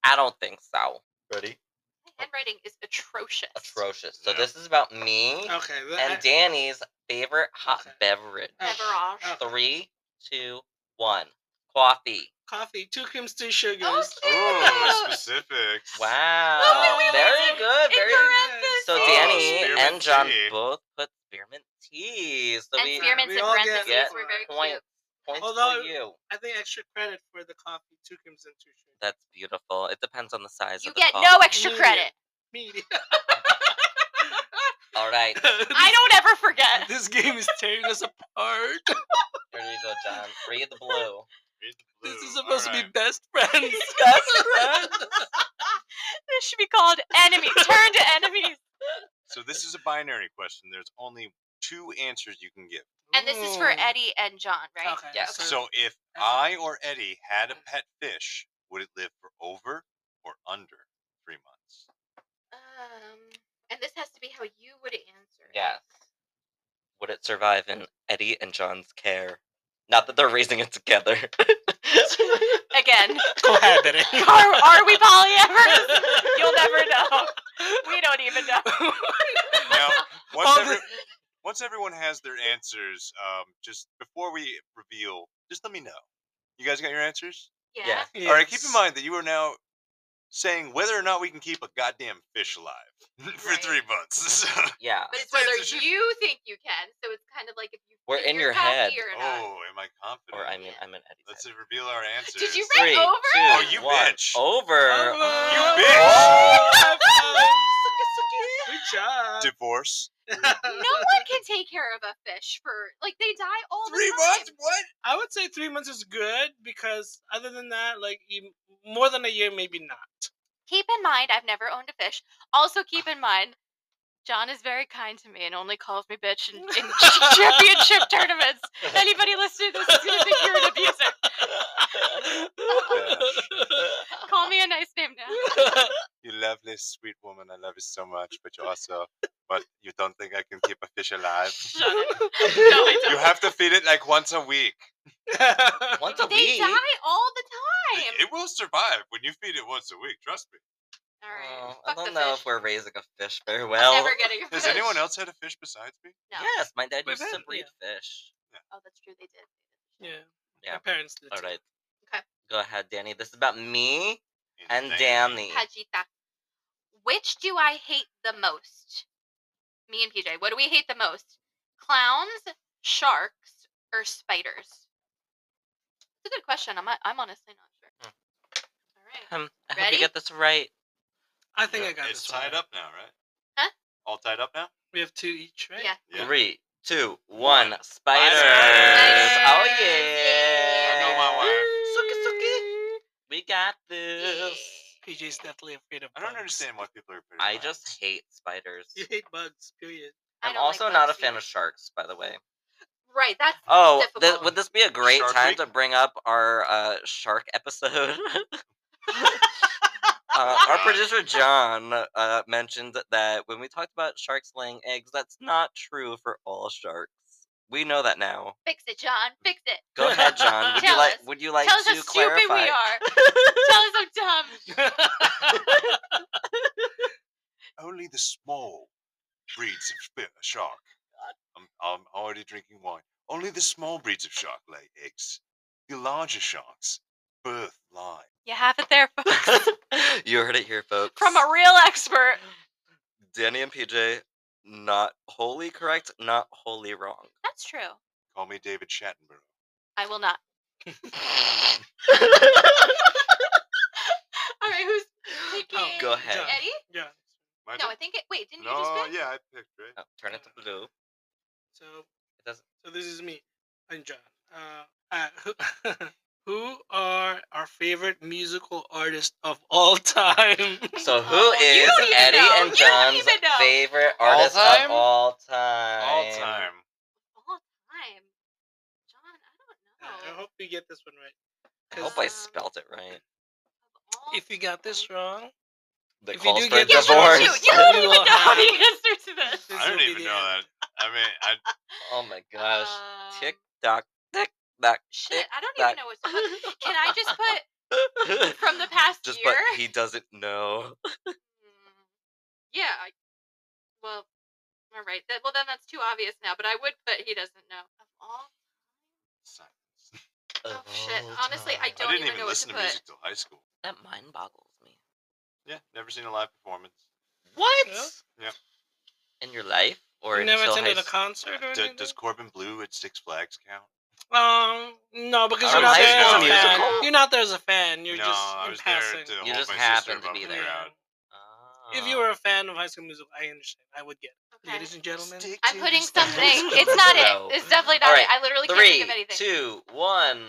A: I don't think so. Ready?
B: My handwriting is atrocious.
A: Atrocious. So
D: Yeah.
A: this is about me
C: Okay. th-
A: and Danny's favorite hot
C: Oh, Okay.
A: beverage.
C: I- okay,
B: Beverage.
C: okay.
A: Three, two, one. Coffee.
C: Coffee. Two creams, two sugars.
B: Oh,
D: Ooh, specifics.
A: Wow.
B: Oh, wait, wait, wait,
A: Very
B: wait.
A: good.
B: In
A: Very
B: parentheses.
A: So
D: Oh,
A: Danny
D: spearmint
A: and John
D: tea.
A: both put spearmint tea. So
B: and
A: we
B: spearmints
C: we
B: in
C: all get-
B: parentheses
A: Yeah.
B: were very
A: Point.
B: cute.
A: points
C: Although-
A: for you.
C: I think extra credit for the coffee. Two creams and two sugars.
A: That's beautiful. It depends on the size
B: You
A: of the
B: get
A: coffee.
B: no extra
C: Medium.
B: credit.
C: Medium.
A: All right.
B: I don't ever forget.
C: This game is tearing us apart.
A: Here you go, John. Read the blue.
D: Read the
C: This
D: blue.
C: is supposed to be
D: Alright.
C: best friends.
A: Best friend.
B: this should be called enemy. Turn to enemies.
D: So this is a binary question. There's only two answers you can give.
B: And this is for
C: Ooh.
B: Eddie and John, right?
C: Okay,
A: Yes.
D: So if
C: That's Mm.
D: I or Eddie had a pet fish, would it live for over or under three months?
B: Um, and this has to be how you would answer. it.
A: Yes. Would it survive in Eddie and John's care? Not that they're raising it together.
B: Again,
C: cohabiting.
B: are, are we polyamorous? You'll never know. We don't even know.
D: Now, once,
C: Oh,
D: every,
C: the-
D: once everyone has their answers, um, just before we reveal, just let me know. You guys got your answers?
B: Yeah.
A: Yeah.
D: All right, keep in mind that you are now saying whether or not we can keep a goddamn fish alive for
B: Right.
D: three months.
A: yeah.
B: But it's
D: This
B: whether
D: answer should-
B: you think you can, so it's kind of like if you
A: We're
B: think
A: in your
B: you're
A: head.
B: cocky Or not.
D: oh, am I confident?
A: Or I mean, I'm an Eddie.
D: Let's reveal our answers.
B: Did you
A: Three,
B: Right
A: two,
B: over?
D: Oh, you
A: one.
D: bitch.
A: Over.
D: You bitch.
C: Good job.
D: Divorce.
B: No one can take care of a fish for like they die all the
D: Three
B: time.
D: months? What?
C: I would say three months is good because other than that, like you, more than a year, maybe not.
B: Keep in mind, I've never owned a fish. Also, keep in mind, John is very kind to me and only calls me bitch in, in ch- championship tournaments. Anybody listening to this is going to think you're an abuser. Call me a nice name now.
D: You lovely, sweet woman. I love you so much, but you also, but you don't think I can keep a fish alive?
B: Shut it. No, I
D: You
B: don't.
D: have to feed it like once a week.
A: Once a
B: They
A: week.
B: die all the
D: It,
B: time.
D: it will survive when you feed it once a week. Trust me.
B: all right.
A: Oh, I
B: fuck the
A: don't know
B: fish.
A: if we're raising a fish very
B: I'm
A: well.
B: never getting a fish.
D: Has anyone else had a fish besides me?
B: No.
A: Yes, my dad
C: My
A: used to
C: dad,
A: breed fish.
B: Oh, that's true. They did.
C: yeah.
A: Yeah.
C: My parents did.
A: All
C: too.
A: right.
B: Okay.
A: Go ahead, Danny. This is about me and
D: Insane.
A: Danny.
B: Pajita. Which do I hate the most? Me and PJ. What do we hate the most? Clowns, sharks, or spiders? It's a good question. I'm I'm honestly not sure.
A: Hmm.
B: All right.
A: Um, I hope
B: Ready?
A: you get this right.
C: I think I got
D: It's
C: this
D: tied
C: one.
D: up now, right?
B: Huh?
D: All tied up now?
C: We have two each, right?
B: Yeah.
D: Yeah.
A: Three, two, one.
D: One.
A: Spiders.
D: Spiders.
A: Oh
B: Spiders.
A: yeah.
D: I know my wife.
A: Suki suki. We got this.
C: PJ's definitely afraid of.
D: I don't
C: bugs.
D: understand why people are afraid of
A: I
D: bugs.
A: just hate spiders.
C: You hate bugs, period.
B: I
A: I'm
B: don't like
A: also not a
B: bugs
A: fan
B: either.
A: of sharks, by the way.
B: Right. That's
A: Oh,
B: difficult.
A: th- would this be a great
D: Shark
A: time
D: Week?
A: to bring up our uh, shark episode? Uh, our producer John uh, mentioned that when we talked about sharks laying eggs, that's not true for all sharks. We know that now.
B: fix it, John. Fix it.
A: Go ahead, John. Would you
B: Tell
A: like?
B: us.
A: Would you like
B: Tell us
A: to
B: how
A: clarify?
B: stupid we are. Tell us how dumb.
D: Only the small breeds of sp- shark. I'm, I'm already drinking wine. Only the small breeds of shark lay eggs. The larger sharks birth live.
B: You have it there, folks.
A: you heard it here, folks.
B: From a real expert.
A: Danny and PJ, not wholly correct, not wholly wrong.
B: That's true.
D: Call me David Shattenborough.
B: I will not. All right, who's
A: Oh,
B: picking?
A: go ahead.
C: John.
B: Eddie?
C: yeah.
D: My
B: No,
D: turn?
B: I think it. Wait, didn't you just
D: no
B: pick?
D: yeah, I picked, right?
A: Oh, turn it to blue. It
C: So,
A: doesn't.
C: so this is me. I'm John. Uh, uh, who, who are our favorite musical artists of all time?
A: So who
B: Oh, you
A: is
B: don't even
A: Eddie
B: know.
A: and
B: You don't
A: John's
B: even know.
A: favorite
D: All
A: artist
D: time?
A: of all time?
D: All time.
B: All time. John, I
C: Uh,
B: don't
C: I
B: know.
C: hope you get this one right.
A: I hope I
B: Um,
A: spelled it right.
B: All
C: If you got this wrong,
A: That
C: if you
A: calls
C: do
A: for a
C: get this
B: Yes,
C: wrong,
A: divorce.
B: you, you don't
C: You
B: even
C: will
B: know
C: have-
B: the answer to this.
C: this
D: I
C: will
D: don't
C: be
D: even
C: the
D: know
C: end.
D: that. I mean, I,
A: Oh my gosh.
B: Um,
A: tick tock, tick tock.
B: Shit, I don't
A: that-
B: even know what to put. Can I just put from the past
A: Just
B: year?
A: but he doesn't know.
B: Mm, yeah. I, well, all right. That, well, then that's too obvious now. But I would put he doesn't know. Of all
D: Silence.
B: Oh,
A: Of
B: shit.
A: all
B: Honestly,
A: time.
B: I
D: I
B: Don't
D: didn't
B: even
D: even,
B: know what
D: listen
B: to
D: to
B: put.
D: music till high school.
A: That mind boggles me.
D: Yeah, never seen a live performance.
A: What?
D: Yeah.
A: In your life or
C: You never
A: until
C: attended
A: high
C: a concert or
D: Do-
C: anything?
D: does Corbin Blue at Six Flags count?
C: Um, no, because
A: Our
C: you're
A: life
C: not there as a
D: is a
B: musical.
C: fan. You're not there as a fan. You're
D: no,
C: just
D: I
C: in
D: was
C: passing.
D: there to
A: You
D: hold
A: just
D: my
A: happened
D: sister
A: to
D: above
A: be
D: the
A: there.
D: crowd.
A: school?
B: Ah.
D: Um
C: If you were a fan of High School Musical, I understand. I would get. it.
B: Okay.
C: Ladies and gentlemen,
D: Stick
B: I'm
D: to
B: putting
D: the
B: something.
D: standards.
B: It's not
A: No.
B: it. It's definitely not
A: All
B: it.
A: right,
B: I literally can't
A: Three,
B: think of anything.
A: two, one.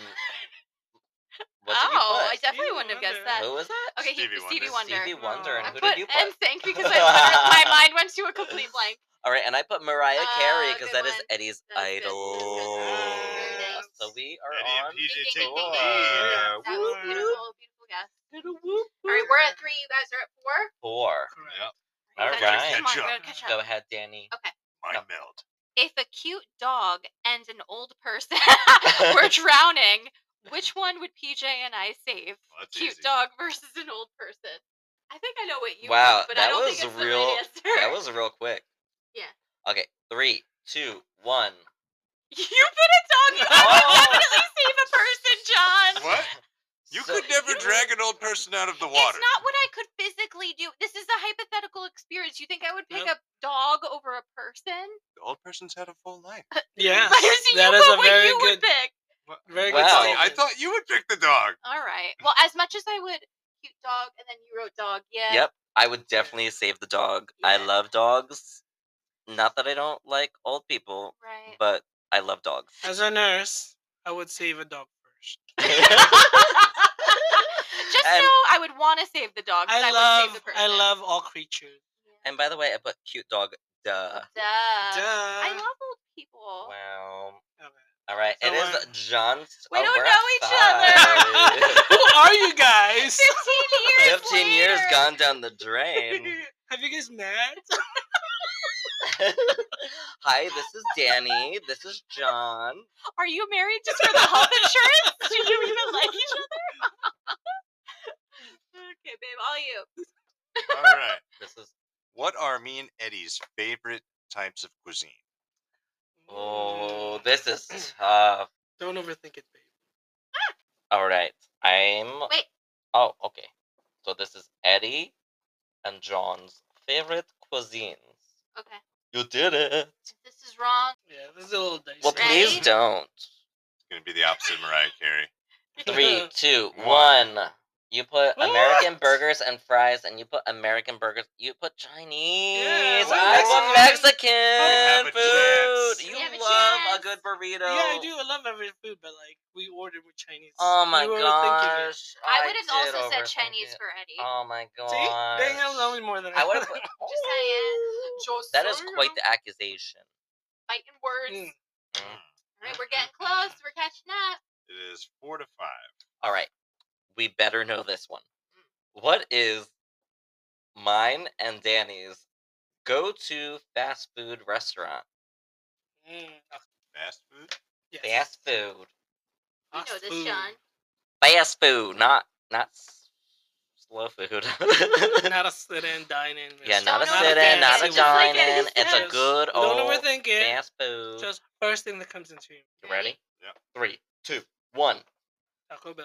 A: What did you
B: oh, I
A: put?
B: definitely
C: Stevie
B: wouldn't have guessed
C: Wonder.
B: that.
A: Who was that?
B: Okay, he,
D: Stevie Wonder.
A: Stevie
B: Stevie Wonder.
A: Wonder. And
C: Oh.
B: I
A: who
B: put
A: did you put?
B: NSYNC because I literally, my mind went to a complete blank.
A: All right, and I put Mariah Carey
B: Oh,
A: because
B: good
A: that is
B: one.
A: Eddie's
B: That's good, that's good,
A: idol.
B: that's
C: good. Nice.
A: So we are
D: Eddie and
A: on.
D: PJ
B: Ding,
D: take
B: ding, ding,
D: the
B: ding.
D: lead.
A: Yeah.
B: That was
C: Woo.
B: beautiful, beautiful guess. All right, we're at Oh, three. You guys are at four.
A: Four.
C: Correct.
D: Yep.
A: All
B: You guys-
A: right.
B: Come on, we gotta catch
D: Catch up.
A: Go
B: up.
A: ahead, Danny.
D: Mind
A: No.
D: meld.
B: If a cute dog and an old person were drowning, which one would PJ and I save?
D: Well, that's
B: cute
D: easy.
B: dog versus an old person. I think I know what you.
A: Wow,
B: picked, but
A: that
B: I don't
A: was
B: think it's The
A: real-
B: right answer.
A: That was real quick.
B: Yeah.
A: Okay, three, two, one.
B: You put a dog. You I would
A: Oh.
B: definitely save a person, John.
D: What? You
A: So-
D: could never drag an old person out of the
B: It's
D: water.
B: not what I could physically do. This is a hypothetical experience. You think I would pick a dog over a person?
D: The old person's had a full life.
C: Yes,
B: But see,
C: that
B: you
C: is
B: put
C: a
B: what
C: very
B: you would
C: good,
B: pick.
C: very
A: Wow.
C: good.
A: Oh.
D: I thought you would pick the dog.
B: All right. Well, as much as I would cute dog, and then you wrote dog. Yeah.
A: Yep, I would definitely save the dog. I
B: Yeah.
A: love dogs. Not that I don't like old people,
B: Right.
A: but I love dogs.
B: Oh,
C: as a nurse, I would save a dog first.
B: Just
A: And-
B: so I would want to save the dog, but I,
C: I
B: would
C: love,
B: save the person.
C: I love all creatures.
A: and by the way, I put cute dog. Duh.
B: Duh.
C: Duh.
B: Uh, I love old people.
A: Wow.
C: Okay.
A: All right, it
C: So,
A: is John's.
B: We
A: oh,
B: don't
A: we're
B: know
A: at
B: each other.
A: five.
C: Who are you guys?
B: 15 years
A: 15 years
B: later.
A: gone down the drain.
C: Have you guys met?
A: Hi, this is Danny. This is John.
B: Are you married just for the health insurance? Do you even like each other? okay, babe, all you.
D: All right.
A: This is.
D: What are me and Eddie's favorite types of cuisine?
B: Mm.
A: Oh, this is tough.
C: Don't overthink it, babe.
A: All right, I'm.
B: Wait.
A: Oh, okay. So this is Eddie and John's favorite cuisines.
B: Okay,
A: You did it.
B: this is wrong.
C: Yeah, this is a little dicey.
A: Well, please
B: Ready?
A: don't.
D: It's going to be the opposite of Mariah Carey.
A: Three, two,
D: One.
A: one. You put
C: What?
A: American burgers and fries, and you put American burgers. You put Chinese.
C: Yeah,
B: we're
A: I want Mexican
C: Mexican.
D: We have a
A: food.
D: chance.
B: We have a
A: You love a
B: chance.
A: good burrito.
C: Yeah, I do. I love every food, but like we ordered with Chinese.
A: Oh my
C: we were thinking it.
A: gosh.
B: I would have
A: did
B: also said
A: overthink
B: Chinese
A: it.
B: for Eddie.
A: Oh my gosh.
C: See, Danielle knows more than I.
A: I would have.
B: Just saying. Just
A: That is
B: saying.
A: quite the accusation.
B: Biting words.
C: Mm.
A: Mm.
B: All right, we're getting close. We're catching up.
D: It is four to five.
A: All right. We better know this one. What is mine and Danny's go to fast food restaurant?
C: Mm,
D: Fast food.
C: yes.
A: Fast food.
B: You know
C: Fast
B: this,
C: food.
B: Sean.
A: Fast food, not not s- slow food.
C: not a sit and dine in.
A: yeah, not a
B: Don't
A: sit in, not a
B: overthink it, just like
A: dine
B: Danny
A: in. It's a
B: says.
A: good
C: Don't
A: old
C: overthink it.
A: fast food.
C: Just first thing that comes into you.
A: You ready?
D: Yep.
A: Three, two, one.
C: Taco Bell.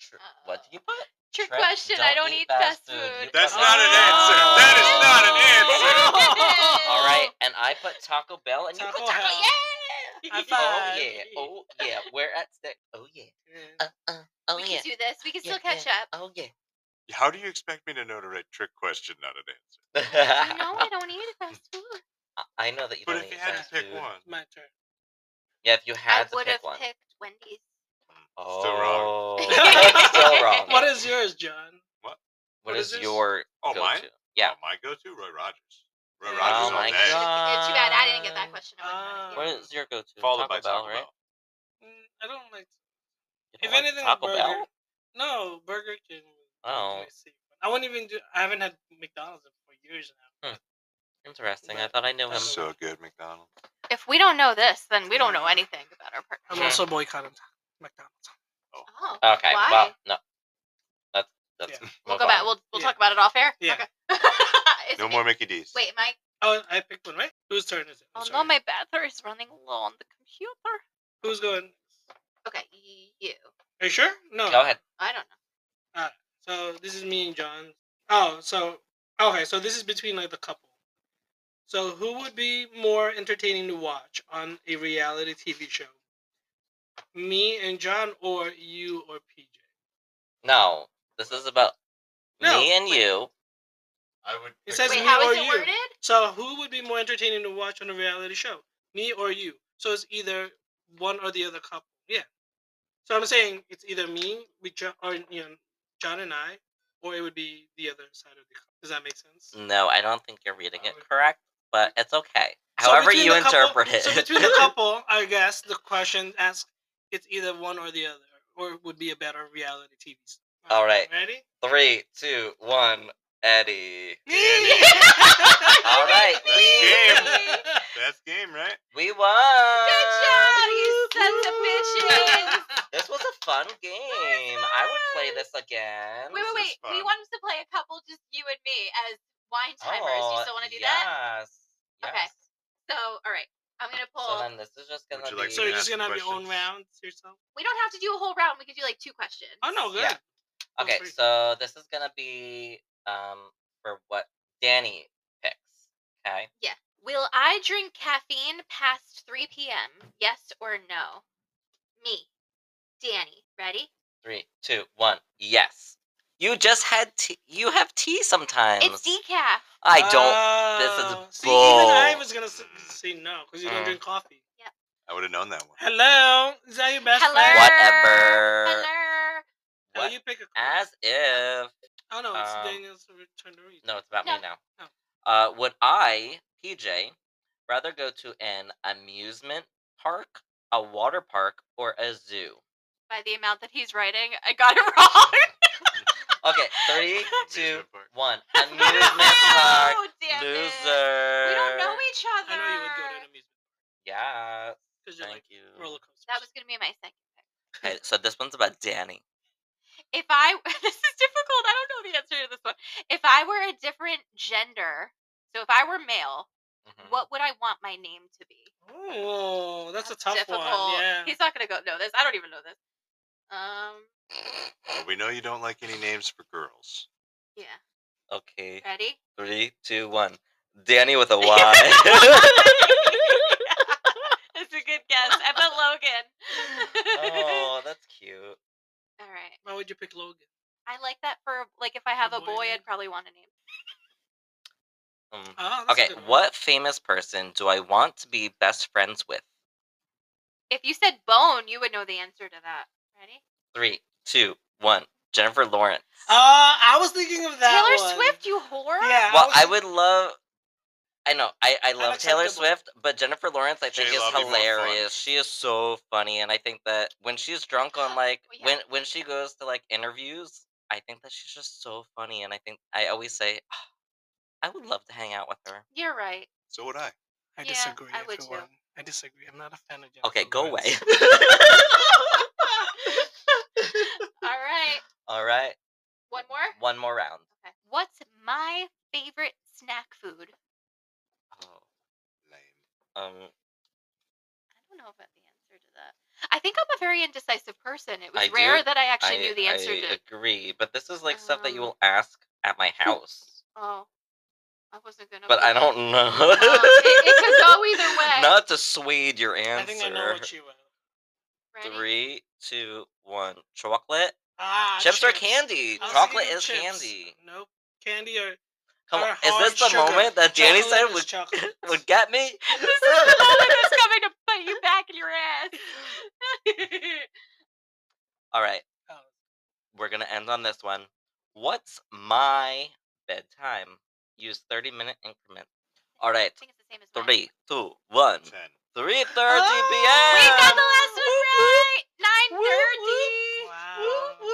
A: Tr- What do you put?
B: Trick
A: Trent,
B: question. I don't eat fast food.
A: You
D: That's
A: put-
D: not an answer. That is not an
C: answer.
A: All right, and I put Taco Bell, and you
C: Taco
A: put Taco.
C: Hell.
A: Yeah.
C: High
A: Oh
C: five.
A: yeah. Oh yeah. We're at six. Oh yeah.
C: Yeah.
A: Uh, uh, oh
B: we
A: yeah.
B: can do this. We can
A: Yeah,
B: still catch up.
A: Oh yeah.
D: How do you expect me to know to write trick question, not an answer?
B: You know I don't eat fast food.
A: I- I know that you
D: But
A: don't
D: if
A: eat
D: you had to
A: fast
D: pick
A: food.
D: one,
C: My turn.
A: Yeah, if you
B: I
A: had to
B: would have
A: pick one.
B: picked Wendy's.
A: oh.
D: Still wrong.
A: Still wrong.
C: What is yours, John?
A: what
C: what
A: is,
C: is this?
A: your
D: oh
A: go-to?
D: mine,
A: Yeah.
D: oh, my go-to Roy Rogers. Roy
B: Oh
D: Rogers
A: Oh
D: all
A: my
D: day,
A: God.
B: It's too bad I didn't get that question. I
A: What
B: wouldn't have known
C: Uh,
B: it.
A: is your go-to?
D: Oh. followed
A: Taco
D: by
A: Bell,
D: Taco
A: right?
D: Bell.
C: Mm, I don't like.
A: You
C: If
A: don't like
C: anything,
A: Taco
C: Burger.
A: Bell.
C: No, Burger King.
A: Oh.
C: I see. I won't even do. I haven't had McDonald's in- for years now.
A: Interesting. I thought I knew him.
C: That's
D: That's so good, McDonald's.
B: If we don't know this, then we don't know anything about our
C: I'm
A: Hmm.
B: partner.
C: also boycotting McDonald's.
B: Oh,
A: Okay. Uh,
B: Why?
A: Well, no. That's that's.
B: we'll
A: move
B: go
A: on.
B: back. We'll we'll
C: Yeah.
B: talk about it off air.
C: Yeah.
B: Okay. It's
D: No
B: me.
D: more Mickey D's.
B: Wait, Mike.
C: Oh, I picked one, right? Whose turn is it?
B: Oh
C: I'm
B: no,
C: sorry.
B: my battery is running low on the computer.
C: Who's going?
B: Okay, you.
C: Are you sure? No.
A: Go ahead.
B: I don't know.
C: So this is me and John. Oh, so okay, so this is between like the couple. So who would be more entertaining to watch on a reality TV show? Me and John, or you or PJ?
A: No, this is about
C: No,
A: me and
C: wait.
A: you.
D: I would.
C: It
D: pick-
C: says It's
B: Wait,
C: me
B: how
C: or
B: is it
C: you.
B: worded?
C: So who would be more entertaining to watch on a reality show? Me or you? So it's either one or the other couple. Yeah. So I'm saying it's either me with John, or you know, John and I, or it would be the other side of the couple. Does that make sense?
A: No, I don't think you're reading
D: I
A: it
D: would-
A: correct, but it's okay.
C: So
A: However
C: between
A: you
C: the couple-
A: interpret it.
C: So between the couple, I guess the question asks it's either one or the other, or it would be a better reality TV. show.
A: All right.
C: Ready?
A: Three, two, one, Eddie.
D: Danny.
A: All right,
D: That's
A: we
D: That's game, right?
A: we won.
B: Good job, you sons of bitches.
A: This was a fun game. I would play this again.
B: Wait, wait, wait.
D: This is
B: We
D: fun.
B: want us to play a couple, just you and me, as wine timers.
A: Oh,
B: you still want to do
A: yes.
B: that?
A: Yes.
B: Okay. So, all right. I'm gonna pull.
A: So then this is just
D: Would
A: gonna
D: you like
A: be.
C: So you're just
D: Ask
C: gonna have your own
D: questions.
C: rounds yourself.
B: we don't have to do a whole round. We could do like two questions.
C: Oh no, good.
A: Yeah.
B: Oh,
C: feel
A: okay,
C: free.
A: so this is gonna be um for what Danny picks. Okay.
B: Will I drink caffeine past 3 p.m.? Yes or no? Me, Danny. Ready?
A: Three, two, one. Yes. You just had tea. You have tea sometimes.
B: It's Uh, decaf.
A: I don't.
C: Oh,
A: this is
C: See, even I
A: bull.
C: was gonna s- say no because you don't
A: Mm.
C: drink coffee.
D: I would have known that one.
C: Hello, is that your best
B: Hello.
C: friend?
A: What? Whatever.
B: Hello.
C: Oh,
A: What?
C: you pick a.
A: As if.
C: oh no, it's
A: um,
C: Daniel's return to read.
A: No, it's about
B: No.
A: me now.
C: Oh.
A: Uh, would I, PJ, rather go to an amusement park, a water park, or a zoo?
B: By the amount that he's writing, I got it wrong.
A: Okay, three, two,
D: Amusement park.
A: one.
B: no,
A: Amusement park.
B: Oh, damn it.
A: Loser.
B: We don't know e each other.
C: I know you would go to an amusement
A: Yeah.
C: because you're
A: Thank
C: like
A: you.
C: roller coaster.
B: That was gonna be my second.
A: Okay, so this one's about Danny.
B: if I this is difficult, I don't know the answer to this one. If I were a different gender, so if I were male,
A: Mhm.
B: what would I want my name to be?
C: Oh, that's, a tough one.
B: difficult.
C: Yeah.
B: He's not gonna go know this. I don't even know this. Um,
D: Well, we know you don't like any names for girls.
B: yeah.
A: Okay,
B: Ready?
A: three, two, one. Danny with a Y.
B: It's a good guess. I put Logan.
A: oh, that's cute.
B: All right.
C: Why would you pick Logan?
B: I like that for like if I have a
C: boy
B: boy,
C: name?
B: I'd probably want a name.
A: Um,
C: Oh, that's a
A: okay,
C: good one.
A: what famous person do I want to be best friends with?
B: If you said bone, you would know the answer to that. Ready?
A: Three, two, one. Jennifer Lawrence.
C: Uh, I was thinking of that.
B: Taylor
C: one.
B: Swift, you whore.
C: Yeah.
A: well,
C: was
A: I
C: think-
A: would love. I know I, I love Taylor
C: Unacceptable.
A: Swift, but Jennifer Lawrence I think
D: J-Lo
A: is
D: be more fun.
A: hilarious. She is so funny, and I think that when she's drunk on like
B: Oh, yeah.
A: when when she goes to like interviews, I think that she's just so funny, and I think I always say, "Ah, I would love to hang out with her.
B: You're right.
D: So would I.
C: I
B: Yeah,
C: disagree.
B: I would too.
C: everyone. I disagree. I'm not a fan of Jennifer
A: Okay, go away.
C: Lawrence.
B: All right.
A: All right,
B: One more.
A: one more round.
B: Okay. What's my favorite snack food?
A: Oh,
D: Lame.
A: um,
B: I don't know about the answer to that. I think I'm a very indecisive person. It was
A: I do-
B: rare that I actually
A: I,
B: knew the answer
A: I
B: to.
A: agree, but this is like stuff that you
B: Um,
A: will ask at my house,
B: Oh, I wasn't gonna.
A: but
B: put
A: I
B: that.
A: don't know.
B: it- it could go either way.
A: Not to swayed your answer.
C: I think I know what you will.
B: Ready?
A: Three, two, one. Chocolate.
C: Ah,
A: chips, are candy.
C: I was
A: Chocolate
C: thinking
A: is
C: chips.
A: candy.
C: Nope. Candy or
A: Come
C: or
A: on. Is
C: hard
A: this the
C: sugar.
A: moment that Danny
C: Chocolate
A: said
C: is
A: would,
C: chocolate.
A: would get me?
B: This is the moment that's coming to put you back in your ass.
A: All right.
C: Oh.
A: We're going to end on this one. What's my bedtime? Use 30 minute increment. All right.
B: I think it's the same as mine.
A: Three, two, one.
D: Ten.
A: 3.30 p.m.
C: Oh,
B: We got the last
A: Woo,
B: one
A: woo.
B: right. Nine
A: Whoop,
B: thirty.
C: Wow.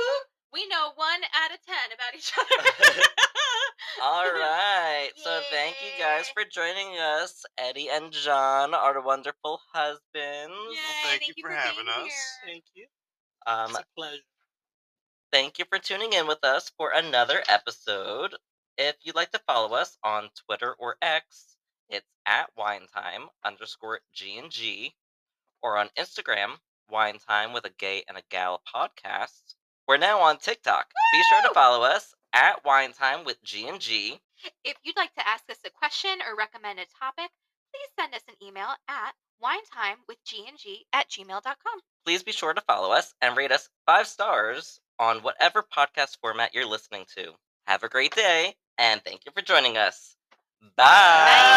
B: We know one out of ten about each other.
A: All right. So thank you guys
B: Yay.
A: for joining us. Eddie and John are wonderful husbands.
B: Yay,
D: thank you for
B: being
D: having us.
B: here.
C: Thank you.
A: Um,
C: It's a pleasure.
A: thank you for tuning in with us for another episode. If you'd like to follow us on Twitter or X, it's at wine time underscore G and G, or on Instagram, wine time with a gay and a gal podcast. We're now on TikTok. Be sure to
B: Woo!
A: follow us at wine time with G and G.
B: If you'd like to ask us a question or recommend a topic, please send us an email at winetimewithgng at gmail.com.
A: please be sure to follow us and rate us five stars on whatever podcast format you're listening to. Have a great day, and thank you for joining us. Bye.
B: Bye.